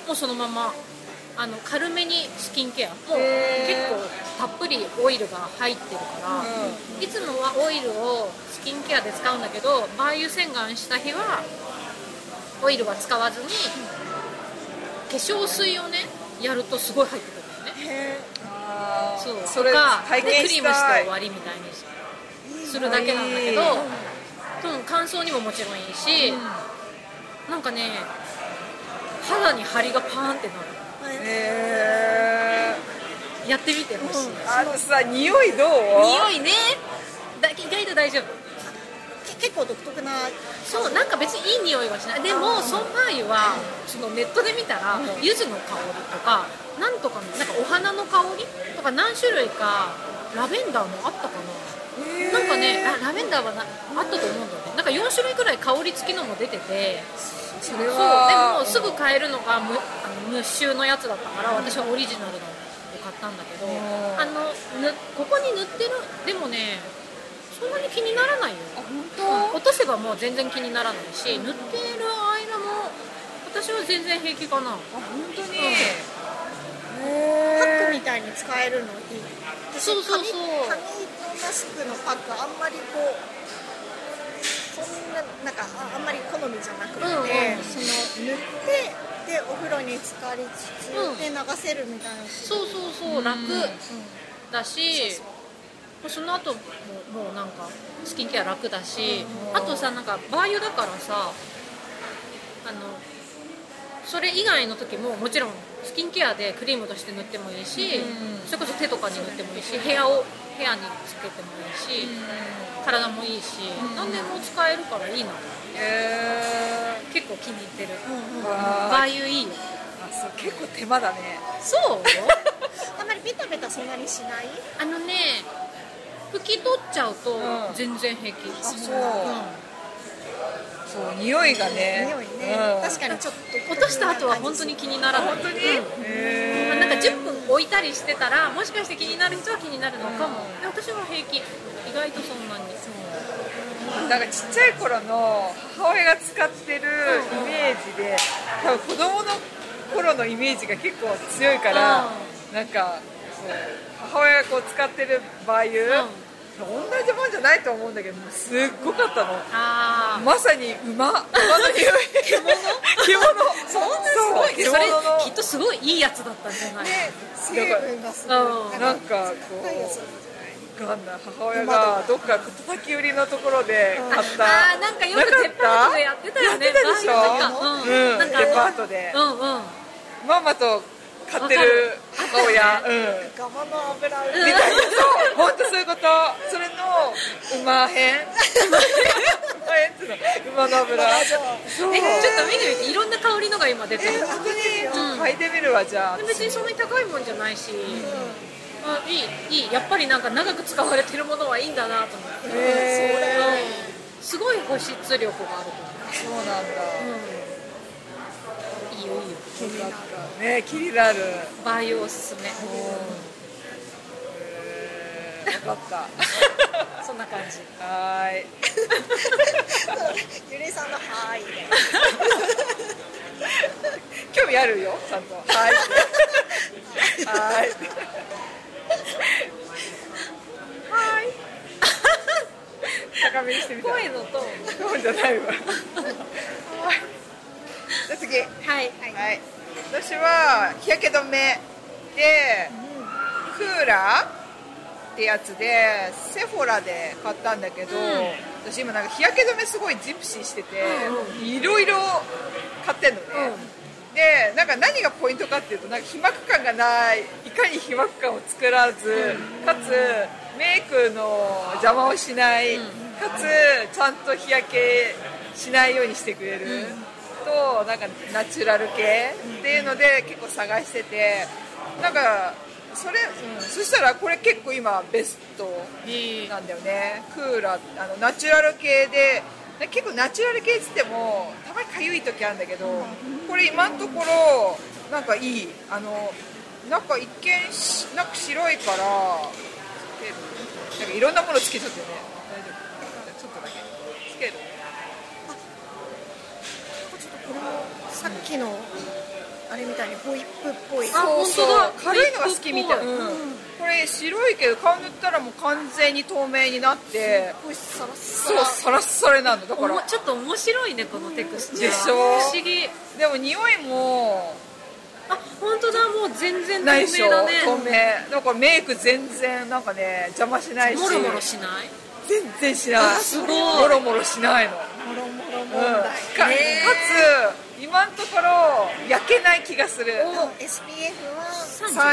[SPEAKER 2] もうそのままあの軽めにスキンケアもう
[SPEAKER 1] へ
[SPEAKER 2] 結
[SPEAKER 1] ー
[SPEAKER 2] 構たっぷりオイルが入ってるから、いつもはオイルをスキンケアで使うんだけどバー油洗顔した日はオイルは使わずに化粧水をねやるとすごい入ってくるんだよね
[SPEAKER 1] あー
[SPEAKER 2] そう
[SPEAKER 1] そ
[SPEAKER 2] と
[SPEAKER 1] れ
[SPEAKER 2] か
[SPEAKER 1] 体
[SPEAKER 2] で
[SPEAKER 1] 験
[SPEAKER 2] クリ
[SPEAKER 1] し
[SPEAKER 2] ームして
[SPEAKER 1] たい
[SPEAKER 2] 終わりみたいにするだけなんだ
[SPEAKER 1] い
[SPEAKER 2] けど
[SPEAKER 1] い
[SPEAKER 2] でも乾燥にももちろんいいし、なんかね肌に張りがパーンってなる
[SPEAKER 1] へー
[SPEAKER 2] やってみてほしい、
[SPEAKER 1] あのさ匂いどう
[SPEAKER 2] 匂いねだ意外と大丈夫
[SPEAKER 3] け結構独特な。
[SPEAKER 2] そうなんか別にいい匂いはしないでもソンパイユはそのネットで見たら柚子の香りとかなんとかのなんかお花の香りとか何種類かラベンダーもあったかななんかねあラベンダーはなあったと思うんだよねなんか4種類くらい香り付きのも出てて
[SPEAKER 1] それ
[SPEAKER 2] そうでも
[SPEAKER 1] は
[SPEAKER 2] すぐ買えるのがむあの無臭のやつだったから私はオリジナルのを買ったんだけど
[SPEAKER 1] ん
[SPEAKER 2] あのぬここに塗ってるでもねそんなに気にならないよ
[SPEAKER 1] 本
[SPEAKER 2] 落とせばもう全然気にならないし塗っている間も私は全然平気かな
[SPEAKER 1] 当あ本当に
[SPEAKER 3] パ
[SPEAKER 1] へ
[SPEAKER 3] ッ
[SPEAKER 1] ー
[SPEAKER 3] クみたいに使えるのいい。
[SPEAKER 2] そうそうそう
[SPEAKER 3] 紙紙のマスクのパックあんまりこう。そんななんかああんまり好みじゃなくて、
[SPEAKER 2] うんうん
[SPEAKER 3] その塗ってでお風呂に浸かりつつ、
[SPEAKER 2] うん
[SPEAKER 3] で流せるみたいな。
[SPEAKER 2] そうそうそう楽だし
[SPEAKER 3] そう
[SPEAKER 2] もうその後ももうなんかスキンケア楽だしあとさなんかバー油だからさあのそれ以外の時ももちろんスキンケアでクリームとして塗ってもいいしそれこそ手とかに塗ってもいいし部屋を部屋につけてもいいし体もいいし何でも使えるからいいな
[SPEAKER 1] へ
[SPEAKER 2] 結構気に入ってる
[SPEAKER 1] ー
[SPEAKER 2] バ
[SPEAKER 1] わー
[SPEAKER 2] ー油いいよ
[SPEAKER 1] あそう結構手間だね
[SPEAKER 2] そう
[SPEAKER 3] あんまりベタベタそんなにしない。
[SPEAKER 2] あのね拭き取っちゃうと
[SPEAKER 1] うん
[SPEAKER 2] 全然平気、
[SPEAKER 1] そう
[SPEAKER 2] う
[SPEAKER 1] そう匂いがね
[SPEAKER 3] 匂いね、
[SPEAKER 1] うん
[SPEAKER 3] 確かにちょっ
[SPEAKER 2] ん
[SPEAKER 3] と
[SPEAKER 2] 落とした後は本当に気にならない
[SPEAKER 1] 本当に
[SPEAKER 2] うん
[SPEAKER 1] へ
[SPEAKER 2] まあ
[SPEAKER 1] ー
[SPEAKER 2] なんか10分置いたりしてたらもしかして気になる人は気になるのかも、で私は平気意外とそんなに
[SPEAKER 1] なんかちっちゃい頃の母親が使ってるイメージで多分子供の頃のイメージが結構強いからなんかそう母親がこう使ってるバー油、
[SPEAKER 2] うん
[SPEAKER 1] 同じもんじゃないと思うんだけどすっごかったの
[SPEAKER 2] ああ
[SPEAKER 1] まさに馬馬の匂い獣獣そんな
[SPEAKER 2] すごいそ
[SPEAKER 1] 獣
[SPEAKER 2] れ
[SPEAKER 1] の
[SPEAKER 2] きっとすごいいいやつだったんじゃない、
[SPEAKER 1] ね
[SPEAKER 3] 成分がすごい
[SPEAKER 2] うん
[SPEAKER 1] なんかこ
[SPEAKER 3] 高いやつ
[SPEAKER 1] うかんない母親がどっか叩き売りのところで買った
[SPEAKER 2] あーなんかよくデパートでやってたよね
[SPEAKER 1] やってたでしょ
[SPEAKER 2] なんかうん
[SPEAKER 1] うん
[SPEAKER 2] なんかあの
[SPEAKER 1] デパートで
[SPEAKER 2] うんうん
[SPEAKER 1] ママと買ってる母親うん
[SPEAKER 3] ガマの油を
[SPEAKER 1] みたいなそう本当そういうことそれの馬編馬編っていうの馬の油そう
[SPEAKER 2] えちょっと見てみていろんな香りのが今出てる
[SPEAKER 1] え本当にちょっと嗅いでみるわじゃあ
[SPEAKER 2] 別にそんなに高いもんじゃないし、あいいいいやっぱりなんか長く使われてるものはいいんだなと思って、
[SPEAKER 1] へ
[SPEAKER 2] うんすごい保湿力がある
[SPEAKER 1] ーそうなんだ
[SPEAKER 2] と思ういいよいいよ
[SPEAKER 1] ね気になる
[SPEAKER 2] バイオおすすめ
[SPEAKER 1] へーわかっ
[SPEAKER 2] そんな感じ
[SPEAKER 1] たはーい
[SPEAKER 3] ゆりさんの「はーい」で
[SPEAKER 1] 興味あるよちゃんとはいはいはい高めにしてみた
[SPEAKER 2] 声のと
[SPEAKER 1] そうじゃないわはいじゃあ次
[SPEAKER 2] はい
[SPEAKER 1] はい、私は日焼け止めで、クーラーってやつでセフォラで買ったんだけど、
[SPEAKER 2] ん
[SPEAKER 1] 私今なんか日焼け止めすごいジプシーしてて
[SPEAKER 2] う
[SPEAKER 1] いろいろ買ってんのね、でなんか何がポイントかっていうとなんか皮膜感がないいかに皮膜感を作らず、かつメイクの邪魔をしない、かつちゃんと日焼けしないようにしてくれる、となんかナチュラル系っていうので結構探しててなんかそれ、うん、そしたらこれ結構今ベスト
[SPEAKER 2] いい
[SPEAKER 1] なんだよねクーラーあのナチュラル系でで結構ナチュラル系っつってもたまにかゆい時あるんだけどこれ今のところなんかいいあのなんか一見しなんか白いからつけるなんかいろんなものつけちゃってね大丈夫ちょっとだけつける
[SPEAKER 3] これもさっきのあれみたいにホイップっぽい
[SPEAKER 2] あ
[SPEAKER 1] そうそう
[SPEAKER 2] 本当だ
[SPEAKER 1] 軽いのが好きみたい、
[SPEAKER 2] ホイップ
[SPEAKER 1] うん
[SPEAKER 2] っぽい
[SPEAKER 1] これ白いけど顔塗ったらもう完全に透明になって
[SPEAKER 3] こいサラッサ
[SPEAKER 1] そう
[SPEAKER 3] ラ
[SPEAKER 1] サラッサラなのだ
[SPEAKER 2] お
[SPEAKER 1] か
[SPEAKER 2] も
[SPEAKER 1] ら
[SPEAKER 2] ちょっと面白いねこのテクスチャー
[SPEAKER 1] でしょ
[SPEAKER 2] 不思議
[SPEAKER 1] でも匂いも
[SPEAKER 2] あ本当だもう全然透
[SPEAKER 1] ないでしょ
[SPEAKER 2] 明だね
[SPEAKER 1] 透明だからメイク全然なんかね邪魔しないし
[SPEAKER 2] もろもろしない
[SPEAKER 1] 全然しない
[SPEAKER 2] すごい
[SPEAKER 1] もろもろしないの、
[SPEAKER 3] もろもろ問
[SPEAKER 1] うん、かか
[SPEAKER 3] 題
[SPEAKER 1] つ今のところ焼けない気がする
[SPEAKER 3] の SPF は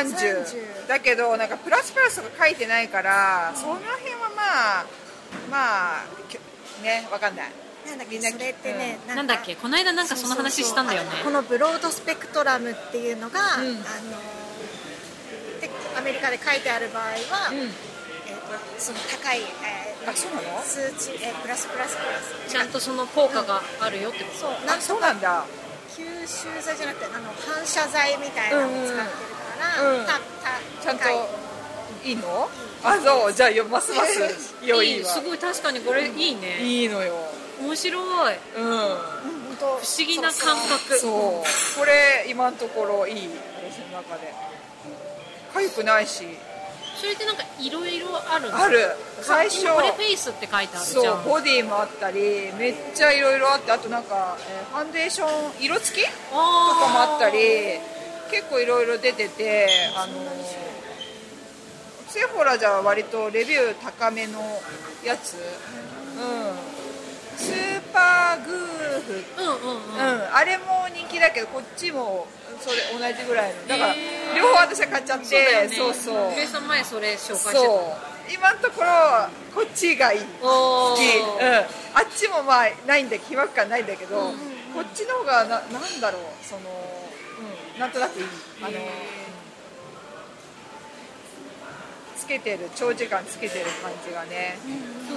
[SPEAKER 1] 30
[SPEAKER 3] 30
[SPEAKER 1] だけどなんかプラスプラスが書いてないから、その辺はまあまあきょねわかんない
[SPEAKER 3] なんだっ
[SPEAKER 1] み
[SPEAKER 3] け
[SPEAKER 1] んな
[SPEAKER 3] それってね、
[SPEAKER 2] な
[SPEAKER 3] か
[SPEAKER 2] んだっけこの間なんかその話したんだよね
[SPEAKER 3] そうそうそうあこのブロードスペクトラムっていうのが、
[SPEAKER 1] ん
[SPEAKER 3] あのでアメリカで書いてある場合は、
[SPEAKER 1] ん
[SPEAKER 3] えー、とその高い、えー
[SPEAKER 1] あそうなの
[SPEAKER 3] 数値、えープラスプラスプラス
[SPEAKER 2] ちゃんとその効果があるよってこと
[SPEAKER 3] そうな
[SPEAKER 1] あ
[SPEAKER 3] ん
[SPEAKER 1] そうなんだ
[SPEAKER 3] 吸収剤じゃなくてあの反射材みたいなのを使ってるから、
[SPEAKER 1] うんうん
[SPEAKER 3] た
[SPEAKER 1] ちゃ
[SPEAKER 3] た
[SPEAKER 1] んと
[SPEAKER 3] 高い
[SPEAKER 1] いいのあそうじゃあよますます良
[SPEAKER 2] い
[SPEAKER 1] い
[SPEAKER 2] い
[SPEAKER 1] わ
[SPEAKER 2] すごい確かにこれいいね
[SPEAKER 1] いいのよ
[SPEAKER 2] 面白い
[SPEAKER 1] うん
[SPEAKER 3] うん
[SPEAKER 2] 不
[SPEAKER 3] と
[SPEAKER 2] 思議な感覚
[SPEAKER 1] そうこれ今のところいい私の中で痒くないし
[SPEAKER 2] それってなんかいろいろあるの
[SPEAKER 1] ある最初
[SPEAKER 2] これフェイスって書いてあるじ
[SPEAKER 1] そ
[SPEAKER 2] ゃ
[SPEAKER 1] うんボディもあったりめっちゃいろいろあってあとなんか、えーファンデーション色付きとかもあったり結構いろいろ出ててあのセフォラじゃ割とレビュー高めのやつうんスーパーグーフ
[SPEAKER 2] うんうんうん
[SPEAKER 1] うん、あれも人気だけどこっちもそれ同じぐらいのだから
[SPEAKER 2] へー
[SPEAKER 1] 両方私は買っちゃって
[SPEAKER 2] そうだよね
[SPEAKER 1] そうそう
[SPEAKER 2] ゆめさん前それ紹介してた
[SPEAKER 1] そう今のところこっちがいい
[SPEAKER 2] お
[SPEAKER 1] 好
[SPEAKER 2] ー
[SPEAKER 1] き、うん、あっちもまあないんだ被膜感ないんだけど、こっちの方がななんだろうその、うん、なんとなくいいあのつけてる長時間つけてる感じがね、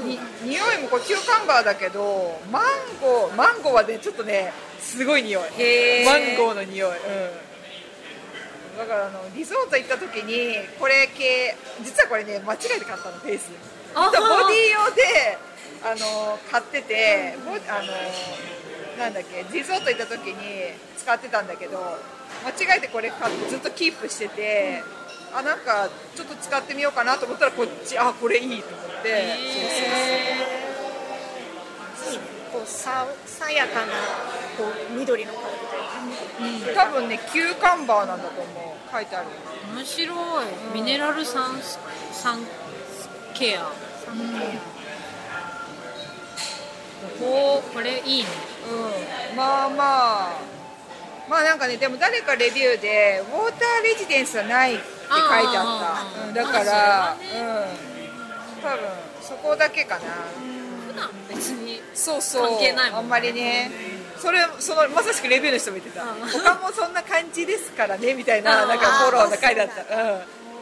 [SPEAKER 1] に匂いもこれキューカンバーだけどマンゴーマンゴーはねちょっとねすごい匂い
[SPEAKER 2] へー
[SPEAKER 1] マンゴーの匂い、うん、だからあのリゾート行った時にこれ系実はこれね間違えて買ったのフェイス
[SPEAKER 2] あは
[SPEAKER 1] ボディ用であの買っててボあのなんだっけリゾート行った時に使ってたんだけど間違えてこれ買ってずっとキープしてて、あなんかちょっと使ってみようかなと思ったらこっちあこれいいと思って、
[SPEAKER 3] こうささやかなこう緑の香りというか
[SPEAKER 1] そうそう多分ねキューカンバーなんだと思う書いてある
[SPEAKER 2] 面白いミネラル酸酸ケア
[SPEAKER 3] サンドケ
[SPEAKER 2] おーこれいいね
[SPEAKER 1] うん、まあまあまあなんかねでも誰かレビューでウォーターレジデンスはないって書いてあった
[SPEAKER 2] あー
[SPEAKER 1] うん、だから、
[SPEAKER 2] あそれ
[SPEAKER 1] うん多分そこだけかな
[SPEAKER 2] 普段別に
[SPEAKER 1] そうそう
[SPEAKER 2] 関係ないもんね
[SPEAKER 1] あんまりねそれそのまさしくレビューの人も言ってた
[SPEAKER 2] うん
[SPEAKER 1] 他もそんな感じですからねみたいな
[SPEAKER 2] うん
[SPEAKER 1] なんかフォローの回だったうん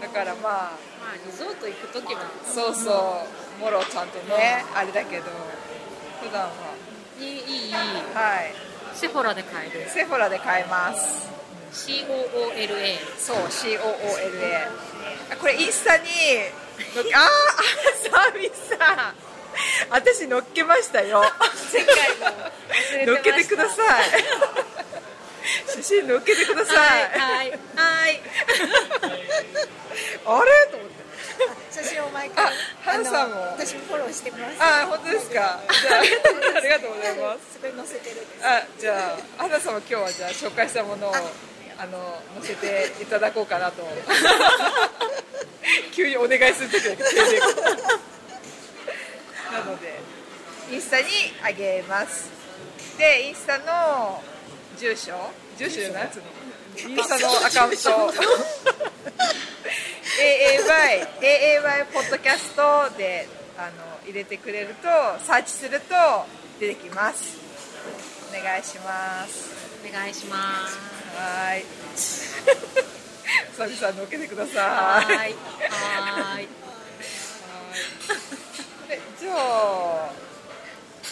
[SPEAKER 1] だからまあ
[SPEAKER 2] まあリゾート行く時は
[SPEAKER 1] そうそうもろちゃんとねあれだけど普段はい
[SPEAKER 2] いいいいい
[SPEAKER 1] はい
[SPEAKER 2] セフォラで買える
[SPEAKER 1] セフォラで買えます
[SPEAKER 2] COOLA
[SPEAKER 1] そう COOLA あこれインスタにのっけあーあサービスさん私乗っけましたよ
[SPEAKER 2] 世界の忘れてました
[SPEAKER 1] 乗っけてください写真乗っけてください、
[SPEAKER 2] はいはいはい
[SPEAKER 1] あれと思って
[SPEAKER 3] 写真を毎回
[SPEAKER 1] あハンさんも
[SPEAKER 3] あの私もフォローしてます
[SPEAKER 1] あー本当ですかじゃあありがとうございます
[SPEAKER 3] すごい載せてるんです
[SPEAKER 1] あじゃあ花さんも今日はじゃあ紹介したものをあの載せていただこうかなと 急にお願いする時だけ急になのでインスタにあげますでインスタの住所住所じゃないやつのインスタのアカウント AAY, AAY ポッドキャストであの入れてくれるとサーチすると出てきますお願いします
[SPEAKER 2] お願いします
[SPEAKER 1] は ーい久々のっけてくださ
[SPEAKER 2] はいーいはい
[SPEAKER 1] えじゃあ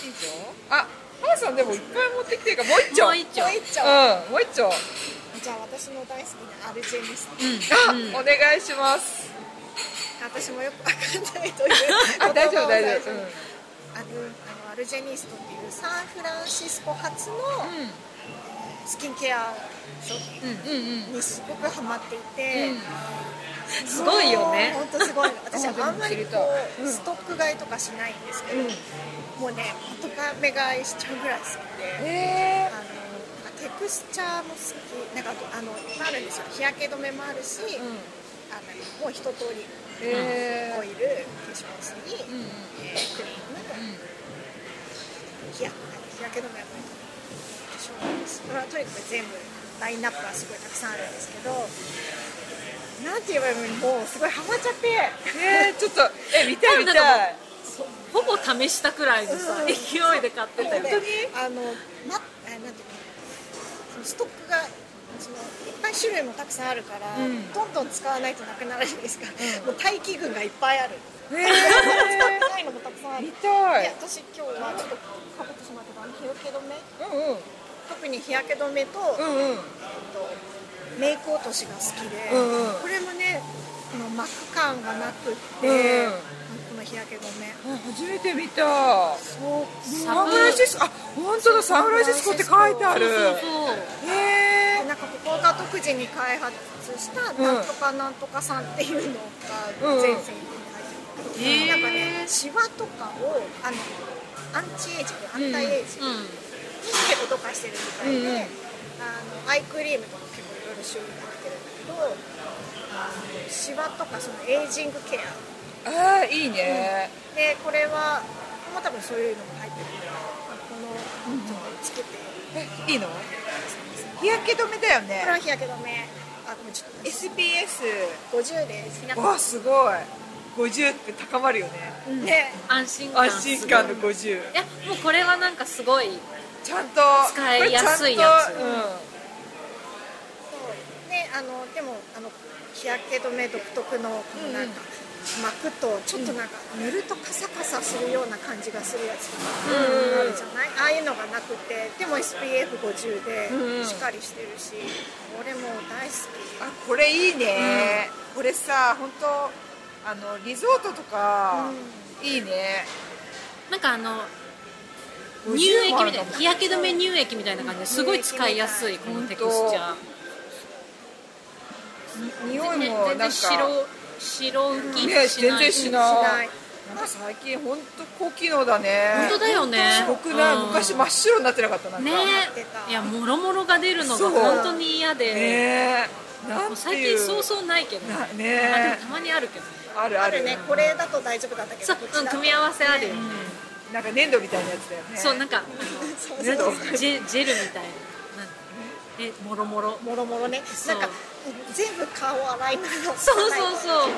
[SPEAKER 1] 以上あ母さんでもいっぱい持ってきてるからもう一丁
[SPEAKER 2] もう一丁
[SPEAKER 3] もう一丁
[SPEAKER 1] うんもう一丁、
[SPEAKER 3] じゃあ私の大好きなアルジェニス
[SPEAKER 1] あ、
[SPEAKER 2] うん
[SPEAKER 1] お願いします
[SPEAKER 3] 私もよくわかんないという
[SPEAKER 1] あ 大丈夫大丈夫、
[SPEAKER 3] 言
[SPEAKER 1] うん
[SPEAKER 3] 葉を最初にあのあのアルジェニストっていうサンフランシスコ発のスキンケア商品
[SPEAKER 2] うんうんうん
[SPEAKER 3] にすごくハマっていて、
[SPEAKER 2] すごいよね
[SPEAKER 3] 本当すごいの私
[SPEAKER 1] あでも
[SPEAKER 3] あんまり
[SPEAKER 1] 知り
[SPEAKER 3] こ
[SPEAKER 1] たいう
[SPEAKER 3] ストック買いとかしないんですけど、
[SPEAKER 1] うん
[SPEAKER 3] もうねまとかめ買いしちゃうぐらい好きで、
[SPEAKER 1] え
[SPEAKER 3] あのなんかテクスチャーも好きなんかあのいっぱいあるんですよ日焼け止めもあるし、
[SPEAKER 1] ーうん
[SPEAKER 3] あのもう一通り
[SPEAKER 1] え
[SPEAKER 3] オイル化粧水に、
[SPEAKER 2] うんうん
[SPEAKER 3] えークリーム、日焼日焼け止めはもう化粧水これはとにかく全部ラインナップはすごいたくさんあるんですけどなんて言えばいいのにもうすごいハマっちゃって
[SPEAKER 1] えー、ちょっとえ見たい見たい
[SPEAKER 2] ほぼ試したくらいのさ
[SPEAKER 3] うん
[SPEAKER 2] 勢いで買ってたよ
[SPEAKER 3] 本
[SPEAKER 2] ね
[SPEAKER 3] 当にあの、ま、えなんていうのそのストックがそのいっぱい種類もたくさんあるから、
[SPEAKER 1] うん
[SPEAKER 3] どんどん使わないとなくなるじゃないですか、もう待機群がいっぱいある、
[SPEAKER 1] え
[SPEAKER 3] 使ってないのもたくさんあ
[SPEAKER 1] ー、
[SPEAKER 3] る
[SPEAKER 1] 見た
[SPEAKER 3] いや
[SPEAKER 1] い
[SPEAKER 3] 私今日はちょっとかぶってしまったけどあの日焼け止め
[SPEAKER 1] う
[SPEAKER 3] 特に日焼け止めと、
[SPEAKER 1] んうんうんうん
[SPEAKER 3] メイク落としが好きで、
[SPEAKER 1] うんうん
[SPEAKER 3] これもねこの膜感がなくって、
[SPEAKER 1] うんうん
[SPEAKER 3] この日焼け止め
[SPEAKER 1] あ初めて見た
[SPEAKER 3] そう
[SPEAKER 1] サンフランシスコあ本当だサンフランシスコって書いてある
[SPEAKER 2] そうそう
[SPEAKER 1] へえ
[SPEAKER 3] なんかここが独自に開発したなんとかなんとかさんっていうのが全線に入ってる、
[SPEAKER 2] うんうん
[SPEAKER 3] なんかねシワとかをあのアンチエイジングアンタイエイジ
[SPEAKER 2] そう
[SPEAKER 3] ングに
[SPEAKER 2] うん
[SPEAKER 3] 結構特化してるみたいで、
[SPEAKER 1] うんうん
[SPEAKER 3] あのアイクリームとかも結構いろいろ種類が出てるんだけどあのシワとかそのエイジングケア
[SPEAKER 1] ああいいね
[SPEAKER 3] でこれはもう多分そういうのも入ってるからこのちょっとつけて、
[SPEAKER 1] えいいの日焼け止めだよ
[SPEAKER 3] これは
[SPEAKER 1] ね
[SPEAKER 3] 日焼け止めあもうちょっと
[SPEAKER 1] SPS
[SPEAKER 3] 50です
[SPEAKER 1] わあすごい50って高まるよね、
[SPEAKER 3] ね
[SPEAKER 2] 安心感
[SPEAKER 1] 安心感の50
[SPEAKER 2] いやもうこれはなんかすごい
[SPEAKER 1] ちゃんと
[SPEAKER 2] 使いやすいやつ
[SPEAKER 1] これちゃんと
[SPEAKER 3] そうねあのでもあの日焼け止め独特のこのなんか、膜とちょっとなんか塗るとカサカサするような感じがするやつとかあるじゃない、ああいうのがなくてでも SPF50
[SPEAKER 1] うんうん
[SPEAKER 3] でしっかりしてるし、俺もう大好き
[SPEAKER 1] うん、あこれいいね、これさ本当あのリゾートとか、いいね
[SPEAKER 2] なんかあの
[SPEAKER 1] 50
[SPEAKER 2] 乳液みたい
[SPEAKER 1] もあるの
[SPEAKER 2] な日焼け止め乳液みたいな感じですごい使いやすいこのテクスチャ
[SPEAKER 1] 匂
[SPEAKER 2] ー、
[SPEAKER 1] い
[SPEAKER 2] ね、
[SPEAKER 1] も
[SPEAKER 2] 全
[SPEAKER 1] なんか
[SPEAKER 2] 然白白浮きしない
[SPEAKER 1] ね全然し
[SPEAKER 2] い
[SPEAKER 1] な
[SPEAKER 3] ないい
[SPEAKER 1] なんか最近本当高機能だね
[SPEAKER 2] 本当だよね
[SPEAKER 1] すごくない、
[SPEAKER 2] うん
[SPEAKER 1] 昔真っ白になってなかったなんか
[SPEAKER 2] ね
[SPEAKER 3] ってた
[SPEAKER 2] いやもろもろが出るの
[SPEAKER 1] そ
[SPEAKER 2] が
[SPEAKER 1] う
[SPEAKER 2] 本当に嫌で、
[SPEAKER 1] ねえな
[SPEAKER 2] も
[SPEAKER 1] んて
[SPEAKER 2] う最
[SPEAKER 1] い
[SPEAKER 2] 近
[SPEAKER 1] う
[SPEAKER 2] そうそうないけど
[SPEAKER 1] な
[SPEAKER 2] ねあでも
[SPEAKER 1] ね
[SPEAKER 2] たまにあるけどね
[SPEAKER 1] あるあ
[SPEAKER 3] あ
[SPEAKER 1] る
[SPEAKER 3] るねこれだと大丈夫だったけど
[SPEAKER 2] そう、うん、組み合わせあるよね、
[SPEAKER 1] なんか粘土みたいなやつだよね
[SPEAKER 2] そうなんか
[SPEAKER 3] せ
[SPEAKER 1] 粘土
[SPEAKER 2] ジェジェルみたいななんかえもろもろ
[SPEAKER 3] もろもろね
[SPEAKER 2] そ
[SPEAKER 3] な
[SPEAKER 2] うん
[SPEAKER 3] か全部顔洗いながら
[SPEAKER 2] そうそうそう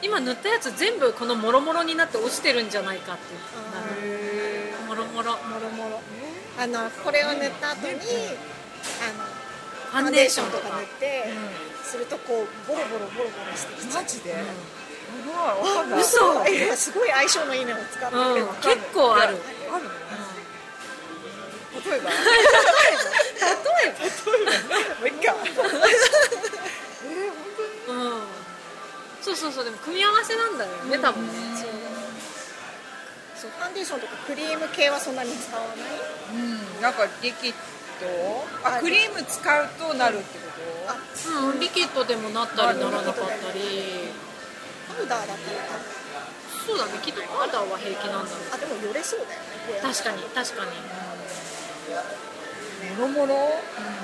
[SPEAKER 2] 今塗ったやつ全部このもろもろになって落ちてるんじゃないかっていう
[SPEAKER 1] へ
[SPEAKER 2] なるもろもろフ
[SPEAKER 3] もろもろあのこれを塗った後にあ
[SPEAKER 2] ァ
[SPEAKER 3] のファ
[SPEAKER 2] ンデ
[SPEAKER 3] ンデ
[SPEAKER 2] ー
[SPEAKER 3] ー
[SPEAKER 2] シ
[SPEAKER 3] シ
[SPEAKER 2] ョ
[SPEAKER 3] ョ
[SPEAKER 2] ン
[SPEAKER 3] ン
[SPEAKER 2] と
[SPEAKER 3] と
[SPEAKER 2] か
[SPEAKER 3] か塗ってするとこうボロボロボロボロしてき
[SPEAKER 1] ー
[SPEAKER 3] ちゃ
[SPEAKER 1] マジで、す
[SPEAKER 3] う
[SPEAKER 1] ごいわかんない
[SPEAKER 2] 嘘
[SPEAKER 1] え
[SPEAKER 3] 今すごい相性のいいのを使って
[SPEAKER 2] うん
[SPEAKER 3] る
[SPEAKER 1] わかんない
[SPEAKER 2] 結構ある
[SPEAKER 1] いやあるの例 えば例えば例えばもういっか
[SPEAKER 2] うん、うん、そうそうそうでも組み合わせなんだよね多分ねそう
[SPEAKER 3] そうファンデーションとかクリーム系はそんなに使わない
[SPEAKER 1] うんなんかリキッドあクリーム使うとなるってこと
[SPEAKER 3] あ
[SPEAKER 2] うん、リキッドでもなったりならなかったり
[SPEAKER 3] パウダーだったら多分
[SPEAKER 2] そうだねきっとパウダーは平気なんだろ
[SPEAKER 3] あでもよれそうだよねこう
[SPEAKER 2] う
[SPEAKER 3] やって
[SPEAKER 2] 確かに確かに
[SPEAKER 1] もろもろ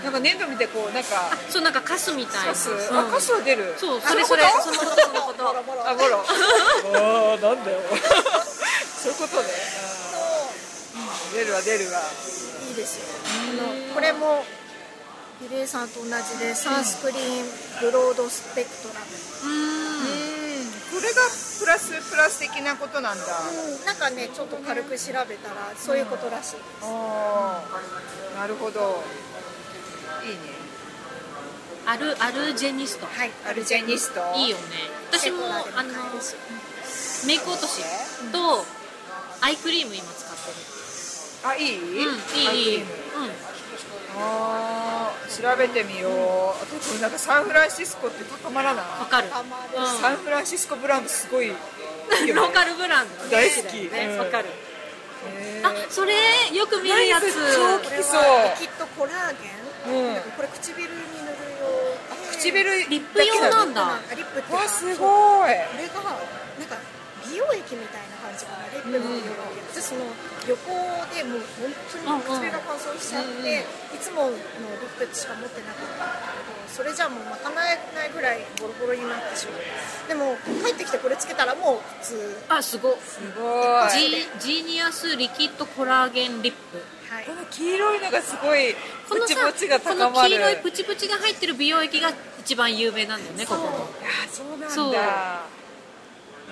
[SPEAKER 1] なんか粘土見てこうなんか
[SPEAKER 2] そうなんかカスみたいな
[SPEAKER 1] カス、
[SPEAKER 2] うん
[SPEAKER 1] あカスは出る
[SPEAKER 2] そう
[SPEAKER 1] あ
[SPEAKER 2] それそれ
[SPEAKER 1] のこと
[SPEAKER 2] そのことそのこ
[SPEAKER 3] ボロボ
[SPEAKER 2] と
[SPEAKER 3] ロ
[SPEAKER 1] あボロあーなんだよ そういうことねうん出るわ出るわ
[SPEAKER 3] いいですよあのこれもゆりえさんと同じでサンスクリーンブロードスペクトラム
[SPEAKER 2] う
[SPEAKER 1] う
[SPEAKER 2] ん
[SPEAKER 1] んこれがプラスプラス的なことなんだ
[SPEAKER 3] うんなんかねちょっと軽く調べたらそういうことらしいです、
[SPEAKER 1] ああなるほどいいね
[SPEAKER 2] アルアルジェニスト
[SPEAKER 3] はい
[SPEAKER 1] アルジェニスト
[SPEAKER 2] いいよね私も
[SPEAKER 3] セコラで
[SPEAKER 2] あの
[SPEAKER 3] 買えるし
[SPEAKER 2] メイク落としとアイクリーム今使って
[SPEAKER 1] あいい、
[SPEAKER 2] るうんいいいいうん
[SPEAKER 1] あー調べてみよう私もなんかサンフランシスコって高まらない
[SPEAKER 2] わかる
[SPEAKER 3] あまあでも
[SPEAKER 2] うん
[SPEAKER 1] サンフランシスコブランドすごいいいよね
[SPEAKER 2] ローカルブランドね
[SPEAKER 1] 大好き
[SPEAKER 2] だよ
[SPEAKER 1] う
[SPEAKER 2] ね
[SPEAKER 1] ん
[SPEAKER 2] わかる
[SPEAKER 1] へー
[SPEAKER 2] あそれよく見るやつ
[SPEAKER 1] 何それ
[SPEAKER 3] こ
[SPEAKER 1] 超
[SPEAKER 3] れ
[SPEAKER 1] そう
[SPEAKER 3] はリキッドコラーゲン、
[SPEAKER 1] うん
[SPEAKER 3] なんかこれ唇に塗るよ
[SPEAKER 1] 唇だけ
[SPEAKER 2] リップ用なんだ
[SPEAKER 3] あリップっていうか
[SPEAKER 1] わすごい
[SPEAKER 3] これがなんか美容液みたいな感じかなリップの美容液、でその旅行でもう本当に唇が乾燥しちゃって、いつものリップしか持ってなかったんだけどそれじゃもうまかないないぐらいボロボロになってしまうでも帰ってきてこれつけたらもう普通
[SPEAKER 2] あすごい
[SPEAKER 1] すごい
[SPEAKER 2] ジジーニアスリキッドコラーゲンリップ
[SPEAKER 3] はい
[SPEAKER 1] この黄色いのがすごい
[SPEAKER 2] この
[SPEAKER 1] プチ
[SPEAKER 2] さ
[SPEAKER 1] プチが
[SPEAKER 2] こ
[SPEAKER 1] 高
[SPEAKER 2] の
[SPEAKER 1] ま
[SPEAKER 2] 黄
[SPEAKER 1] る
[SPEAKER 2] 色いプチプチが入ってる美容液が一番有名なんだよねここの
[SPEAKER 1] あそうなんだ
[SPEAKER 2] そうなんか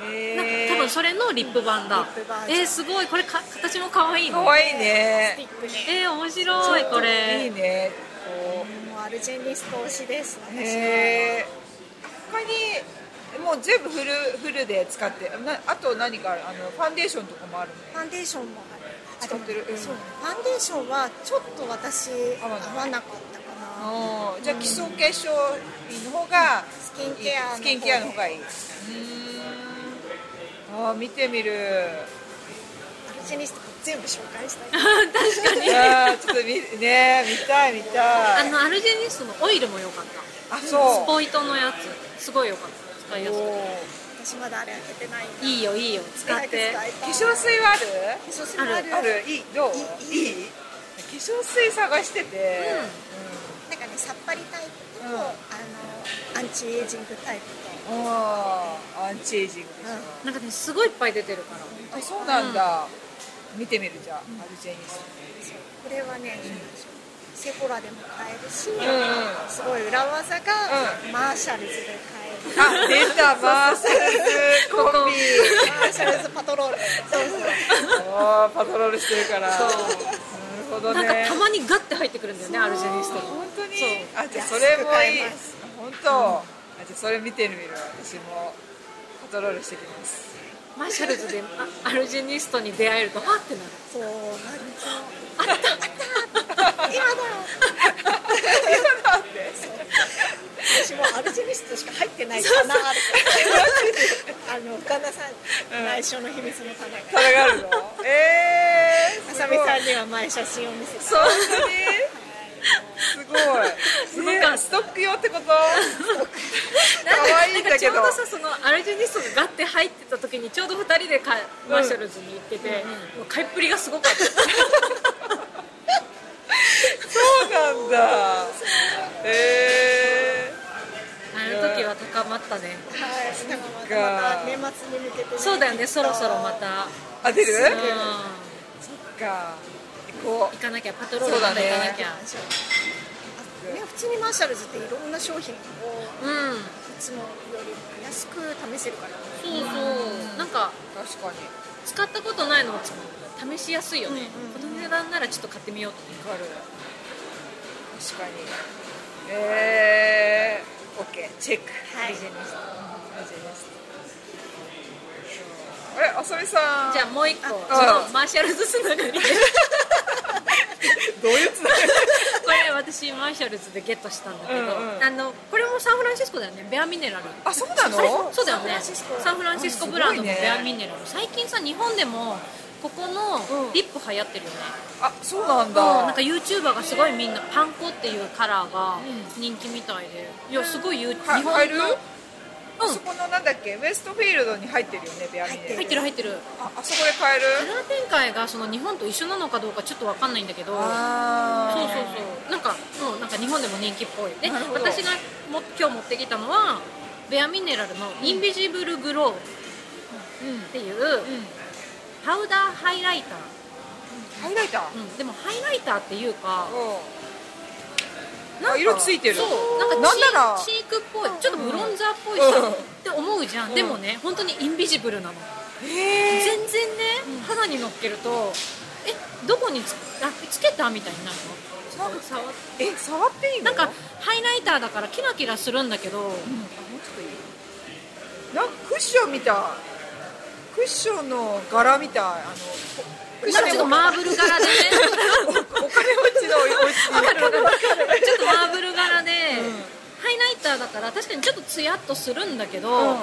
[SPEAKER 1] へえ
[SPEAKER 2] 多分それのリップ版だ
[SPEAKER 3] リップバージョン
[SPEAKER 2] えーすごいこれか形も可愛いね
[SPEAKER 1] かわいいね
[SPEAKER 3] スティックね
[SPEAKER 2] えー面白いこれ
[SPEAKER 1] いいねこ
[SPEAKER 3] もうアルジェニスト推しです
[SPEAKER 1] う
[SPEAKER 3] 私は
[SPEAKER 1] へえ他にもう全部フルフルで使ってなあと何かあるあのファンデーションとかもあるね
[SPEAKER 3] ファンデーションもあるあ
[SPEAKER 1] 使ってるうん
[SPEAKER 3] そうファンデーションはちょっと私合
[SPEAKER 1] 合わない
[SPEAKER 3] わなかったかな
[SPEAKER 1] あーじゃあ基礎化粧品の方が
[SPEAKER 3] スキンケアの方
[SPEAKER 1] スキンケアの方がいいああ見てみる
[SPEAKER 3] アルジェニスト全部紹介したい
[SPEAKER 2] 確か
[SPEAKER 1] い
[SPEAKER 2] に
[SPEAKER 1] やーちょっと見ね見たい見た
[SPEAKER 2] あ
[SPEAKER 1] い
[SPEAKER 2] のアルジェニストのオイルも良かった
[SPEAKER 1] あそう
[SPEAKER 2] スポイトのやつすごい良かった使いやすくて
[SPEAKER 1] お
[SPEAKER 3] 私まだあれ開けてないんだ
[SPEAKER 2] いいよいいよ使って
[SPEAKER 3] 早く
[SPEAKER 1] 化
[SPEAKER 3] 使い
[SPEAKER 1] 粧水はある
[SPEAKER 3] たい化粧水もある
[SPEAKER 1] あるいいどう
[SPEAKER 3] いいいい
[SPEAKER 1] 化粧水探してて、
[SPEAKER 3] なんかねさっぱりタイプと、
[SPEAKER 1] うん
[SPEAKER 3] あのアンチエイジングタイプと
[SPEAKER 1] うん、ああアンチエイジングでしょ、
[SPEAKER 2] なんかねすごいいっぱい出てるから
[SPEAKER 1] あそうなんだ、見てみるじゃあ、アルジェニス
[SPEAKER 3] そうこれはね、セフォラでも買えるし、
[SPEAKER 1] ん
[SPEAKER 3] すごい裏技が、
[SPEAKER 1] う
[SPEAKER 3] マーシャルズで買える
[SPEAKER 1] あ出たマーシャルズコンビ
[SPEAKER 3] マーシャルズパトロールそうそう
[SPEAKER 1] あーパトロールしてるからなるほど
[SPEAKER 2] なん
[SPEAKER 1] ね
[SPEAKER 2] かたまにガッて入ってくるんだよねアルジェニストの
[SPEAKER 1] 本当に
[SPEAKER 2] そう
[SPEAKER 1] あじゃあそれもいい
[SPEAKER 3] 安く買えます
[SPEAKER 1] 本当、あじゃあそれ見てみる私もパトロールしてきます
[SPEAKER 2] マーシャルズであアルジェニストに出会えるとハッてなる
[SPEAKER 3] そうなんかあったあった今だ私もうアルジェニストしか入ってない棚あるからあの旦那さん、内緒の秘密の棚が
[SPEAKER 1] 戦うのえ ー、
[SPEAKER 3] あ
[SPEAKER 1] す
[SPEAKER 3] さ
[SPEAKER 1] ご
[SPEAKER 3] み
[SPEAKER 1] い
[SPEAKER 3] さんには前写真を見せた
[SPEAKER 1] そうすごい。
[SPEAKER 2] ご
[SPEAKER 1] ね
[SPEAKER 2] かった
[SPEAKER 1] ストック用ってこと？可愛いんだけど
[SPEAKER 2] なんかちょうどさそのアルジェニストがガッて入ってた時にちょうど二人でかマーシャルズに行ってて、もう買いっぷりがすごかった
[SPEAKER 1] そうなんだ。え
[SPEAKER 2] 待ったね
[SPEAKER 3] はい、しかもまたまた年末に向けてね
[SPEAKER 2] そうだよねそろそろまた
[SPEAKER 1] あ出る
[SPEAKER 2] うん
[SPEAKER 1] かこ
[SPEAKER 2] 行かなきゃパトロールまた行かなきゃ
[SPEAKER 3] そうあね普通にマーシャルズっていろんな商品を
[SPEAKER 2] う,、ん
[SPEAKER 3] いつもより安く試せるから
[SPEAKER 2] そうそうなんか
[SPEAKER 1] う確かに
[SPEAKER 2] 使ったことないのを試しやすいよね、
[SPEAKER 3] うんうん
[SPEAKER 2] この値段ならちょっと買ってみようとね
[SPEAKER 1] わかる確かにえー、オッケーチェック
[SPEAKER 3] はい
[SPEAKER 2] ジェネス
[SPEAKER 1] あれあさみさん
[SPEAKER 2] じゃあもう一個ちょっ
[SPEAKER 1] あ
[SPEAKER 2] とマーシャルズつながり
[SPEAKER 1] ど
[SPEAKER 2] で
[SPEAKER 1] ういうつながり
[SPEAKER 2] これ私マーシャルズでゲットしたんだけど、
[SPEAKER 1] うんうん
[SPEAKER 2] あのこれもサンフランシスコだよねベアミネラル
[SPEAKER 1] あそうなの
[SPEAKER 2] そうだよね
[SPEAKER 3] サンフランシスコ
[SPEAKER 2] サンフランシスコブランドの
[SPEAKER 1] うんすごいね
[SPEAKER 2] ベアミネラル、最近さ日本でもここ
[SPEAKER 1] う
[SPEAKER 2] の
[SPEAKER 1] ん
[SPEAKER 2] リップ流行ってるよね、
[SPEAKER 1] あそうなんだ
[SPEAKER 2] なんか YouTuber がすごいみんなパン粉っていうカラーが人気みたいでいやすごい
[SPEAKER 1] は
[SPEAKER 2] You- 日本の
[SPEAKER 1] 入る
[SPEAKER 2] う
[SPEAKER 1] あ
[SPEAKER 2] ん
[SPEAKER 1] そこのなんだっけウエストフィールドに入ってるよねベアミネ
[SPEAKER 2] 入ってる入ってる
[SPEAKER 1] ああそこで買える
[SPEAKER 2] カラー展開がその日本と一緒なのかどうかちょっとわかんないんだけど
[SPEAKER 1] あ
[SPEAKER 2] そうそう
[SPEAKER 1] ー
[SPEAKER 2] そうなんかもうなんか日本でも人気っぽいで
[SPEAKER 1] なるほど
[SPEAKER 2] 私がも今日持ってきたのはベアミネラルのインビジブルグロウっていうパウダーハイライター、
[SPEAKER 1] ハイライター
[SPEAKER 2] うん、でもハイライターっていうか
[SPEAKER 1] うん
[SPEAKER 2] なん
[SPEAKER 1] あ
[SPEAKER 2] か
[SPEAKER 1] 色ついてる
[SPEAKER 2] そうなんか
[SPEAKER 1] なんなら
[SPEAKER 2] チーチークっぽいちょっとブロンザーっぽいさ、
[SPEAKER 1] うん
[SPEAKER 2] って思うじゃん、
[SPEAKER 1] うん
[SPEAKER 2] でもね本当にインビジブルなの
[SPEAKER 1] へ
[SPEAKER 2] 全
[SPEAKER 1] え
[SPEAKER 2] 然ね、肌に乗っけるとえどこにつあつけたみたいになる
[SPEAKER 1] そ
[SPEAKER 2] の
[SPEAKER 1] う
[SPEAKER 2] 触っ
[SPEAKER 1] え触っていいの
[SPEAKER 2] なんかハイライターだからキラキラするんだけど、
[SPEAKER 1] あもうちょっといいなんかクッションみたいクッションの柄みたいあのク
[SPEAKER 2] なんかちょっとマーブル 柄でね
[SPEAKER 1] おお金持ちのお家に
[SPEAKER 2] わかるわかるちょっとマーブル柄で、ハイライターだから確かにちょっとツヤっとするんだけど、
[SPEAKER 1] うん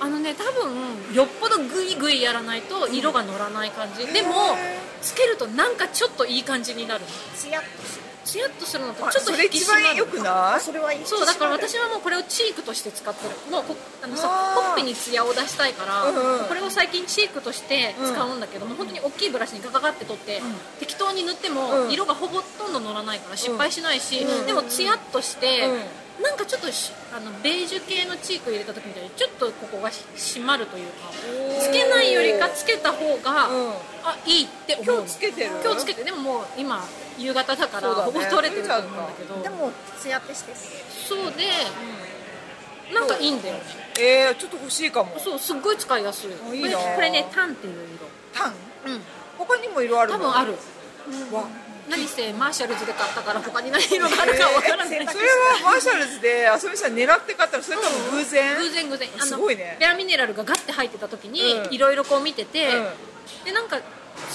[SPEAKER 2] あのね多分よっぽどグイグイやらないと色が乗らない感じ、でもつけるとなんかちょっといい感じになるの
[SPEAKER 3] ツヤっとする
[SPEAKER 2] ツヤっとするのと
[SPEAKER 1] あ
[SPEAKER 2] ちょっと
[SPEAKER 1] それ
[SPEAKER 2] 引き
[SPEAKER 1] 一
[SPEAKER 2] 締ま
[SPEAKER 1] 番良
[SPEAKER 2] る
[SPEAKER 1] くな
[SPEAKER 3] あ
[SPEAKER 1] い
[SPEAKER 3] それはいい
[SPEAKER 2] そうだから私はもうこれをチークとして使ってるもうこあのさ
[SPEAKER 1] あー
[SPEAKER 2] ほっぺにツヤを出したいから、
[SPEAKER 1] うんうん
[SPEAKER 2] これを最近チークとして使うんだけど、もう本当に大きいブラシにガガガって取って、適当に塗っても
[SPEAKER 1] うん
[SPEAKER 2] 色がほぼほとんど乗らないから失敗しないし、でもツヤっとして、なんかちょっとしあのベージュ系のチーク入れた時みたいにちょっとここがし締まるというかつけないよりかつけた方が、
[SPEAKER 1] うん
[SPEAKER 2] あいいって思う
[SPEAKER 1] 今日つけてる
[SPEAKER 2] 今日つけてでももう今夕方だから
[SPEAKER 1] そうだね
[SPEAKER 2] ほぼ取れてると思うんだけど
[SPEAKER 3] でもツヤってしてす
[SPEAKER 2] そうで、なんかいいんだよね
[SPEAKER 1] えー、ちょっと欲しいかも
[SPEAKER 2] そうすっごい使いやすい
[SPEAKER 1] あいいな
[SPEAKER 2] これこれねタンっていう
[SPEAKER 1] タン
[SPEAKER 2] 色うん
[SPEAKER 1] 他にも色ある
[SPEAKER 2] 多
[SPEAKER 1] の
[SPEAKER 2] 分ある
[SPEAKER 1] わ
[SPEAKER 2] 何せマーシャルズで買ったから他に何色があるかわからない、
[SPEAKER 1] えーそれはマーシャルズであそみさん狙って買ったらそれ多分偶然、
[SPEAKER 2] 偶然偶然
[SPEAKER 1] すごいね
[SPEAKER 2] ベアミネラルがガッて入ってた時に
[SPEAKER 1] うん
[SPEAKER 2] いろいろこう見てて、
[SPEAKER 1] うん
[SPEAKER 2] でなんか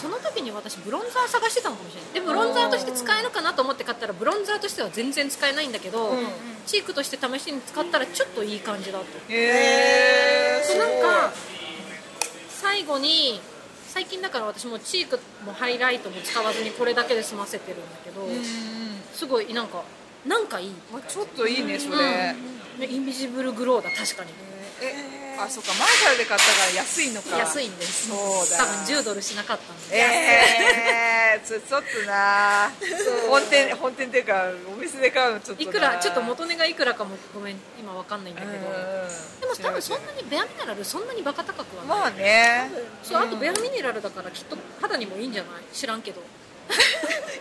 [SPEAKER 2] その時に私ブロンザー探してたのかもしれないでブロンザーとして使えるかなと思って買ったらブロンザーとしては全然使えないんだけど、
[SPEAKER 1] うん
[SPEAKER 2] チークとして試しに使ったらちょっといい感じだった
[SPEAKER 1] えー、
[SPEAKER 2] そう
[SPEAKER 1] すごい
[SPEAKER 2] なんか最後に最近だから私もチークもハイライトも使わずにこれだけで済ませてるんだけどすごいなんかなんかいい、
[SPEAKER 1] まあ、ちょっといいねそれ、
[SPEAKER 2] うんインビジブルグローだ確かに
[SPEAKER 1] えあそっかマーシャルで買ったから安いのか
[SPEAKER 2] 安いんです
[SPEAKER 1] そうだ
[SPEAKER 2] 多分10ドルしなかったんで
[SPEAKER 1] ええー、ちょちょっとな本店本店っていうかお店で買うのちょっと
[SPEAKER 2] い
[SPEAKER 1] ない
[SPEAKER 2] くらちょっと元値がいくらかもごめん今わかんないんだけどでも多分そんなにベアミネラルそんなにバカ高くはない、
[SPEAKER 1] まあね
[SPEAKER 2] そうあとベアミネラルだからきっと肌にもいいんじゃない知らんけど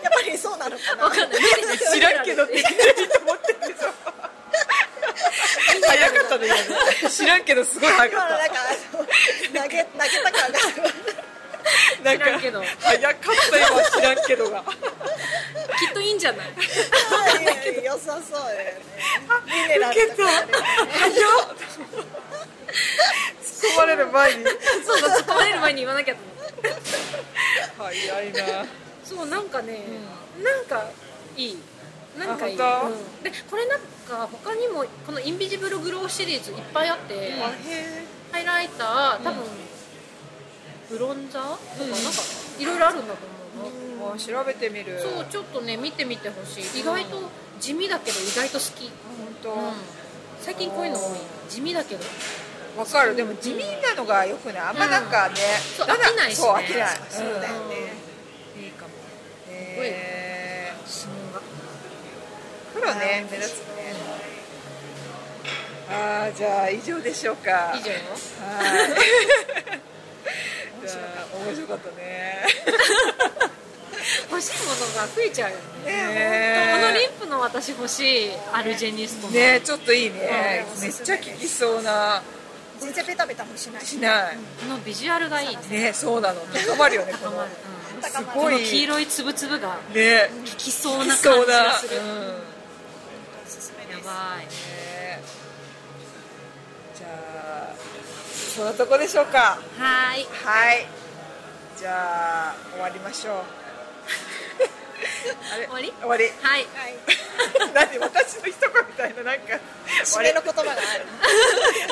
[SPEAKER 3] やっぱりそうなのかな
[SPEAKER 2] わかんない
[SPEAKER 1] 知らんけどっていきなり思ってるでしょ早かったね今ね知らんけどすごい早
[SPEAKER 3] 今
[SPEAKER 1] か
[SPEAKER 3] の
[SPEAKER 1] っ
[SPEAKER 3] なんかあの投げ投げた感がある
[SPEAKER 1] たなん
[SPEAKER 2] 知らんけど
[SPEAKER 1] 早かった今知らんけどが
[SPEAKER 2] きっといいんじゃない
[SPEAKER 3] はい良さそうだよねミネラル
[SPEAKER 1] け
[SPEAKER 3] と
[SPEAKER 1] ど
[SPEAKER 3] か
[SPEAKER 1] 早っ突っ込まれる前に
[SPEAKER 2] そうだ突っ込まれる前に言わなきゃと思って
[SPEAKER 1] 早いな
[SPEAKER 2] そうなんかね、なんかいいなんかいい、
[SPEAKER 1] あ本
[SPEAKER 2] うんでこれなんか他にもこのインビジブルグローシリーズいっぱいあって、
[SPEAKER 1] あへ
[SPEAKER 2] ハイライター多分、ブロンザーとか、なんかいろいろあるんだと思うの、
[SPEAKER 1] ーもう調べてみる
[SPEAKER 2] そうちょっとね見てみてほしい意外と地味だけど意外と好き、
[SPEAKER 1] 本
[SPEAKER 2] うん
[SPEAKER 1] 当。
[SPEAKER 2] 最近こういうの多い地味だけど
[SPEAKER 1] わかるでも地味なのがよくないあんまなんかね、
[SPEAKER 2] そう
[SPEAKER 1] ただ
[SPEAKER 2] 飽きないしね
[SPEAKER 1] そう飽きない
[SPEAKER 3] そうだよね
[SPEAKER 1] うんいいかもへえ
[SPEAKER 2] 指紋が
[SPEAKER 1] 黒ね目立つねああーじゃあ以上でしょうか
[SPEAKER 2] 以上よ
[SPEAKER 1] はい じゃあ面白かったね
[SPEAKER 2] 欲しいものが増えちゃうよねこの
[SPEAKER 1] ね
[SPEAKER 2] リンプの私欲しいアルジェニストの、
[SPEAKER 1] ねちょっといいね
[SPEAKER 3] うん
[SPEAKER 1] めっちゃ効きそうな
[SPEAKER 3] 全然ベタベタもしない
[SPEAKER 1] しない
[SPEAKER 2] このビジュアルがいいね
[SPEAKER 1] ねそうなの高まるよねこ
[SPEAKER 2] 高ま
[SPEAKER 1] の
[SPEAKER 2] る、うん
[SPEAKER 3] 高まる
[SPEAKER 1] すご
[SPEAKER 2] こ
[SPEAKER 1] い
[SPEAKER 2] の黄色い粒々が
[SPEAKER 1] ね
[SPEAKER 2] 効きそう
[SPEAKER 1] 効
[SPEAKER 2] な
[SPEAKER 1] き
[SPEAKER 2] 感じ
[SPEAKER 1] そう
[SPEAKER 2] が
[SPEAKER 1] な
[SPEAKER 2] する、や
[SPEAKER 1] うん
[SPEAKER 3] おすすめです
[SPEAKER 2] ばい
[SPEAKER 1] ねじゃあそんなとこでしょうか
[SPEAKER 2] はーい
[SPEAKER 1] はいじゃあ終わりましょう あれ
[SPEAKER 2] 終わり
[SPEAKER 1] 終わり
[SPEAKER 2] はい
[SPEAKER 3] はい
[SPEAKER 1] 何私の一言みたいななんか
[SPEAKER 3] 締めの言葉がある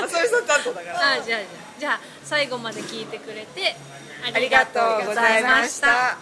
[SPEAKER 1] あそれさん担当だから
[SPEAKER 2] あじゃあじゃあじゃあ最後まで聞いてくれて
[SPEAKER 1] ありがとうございました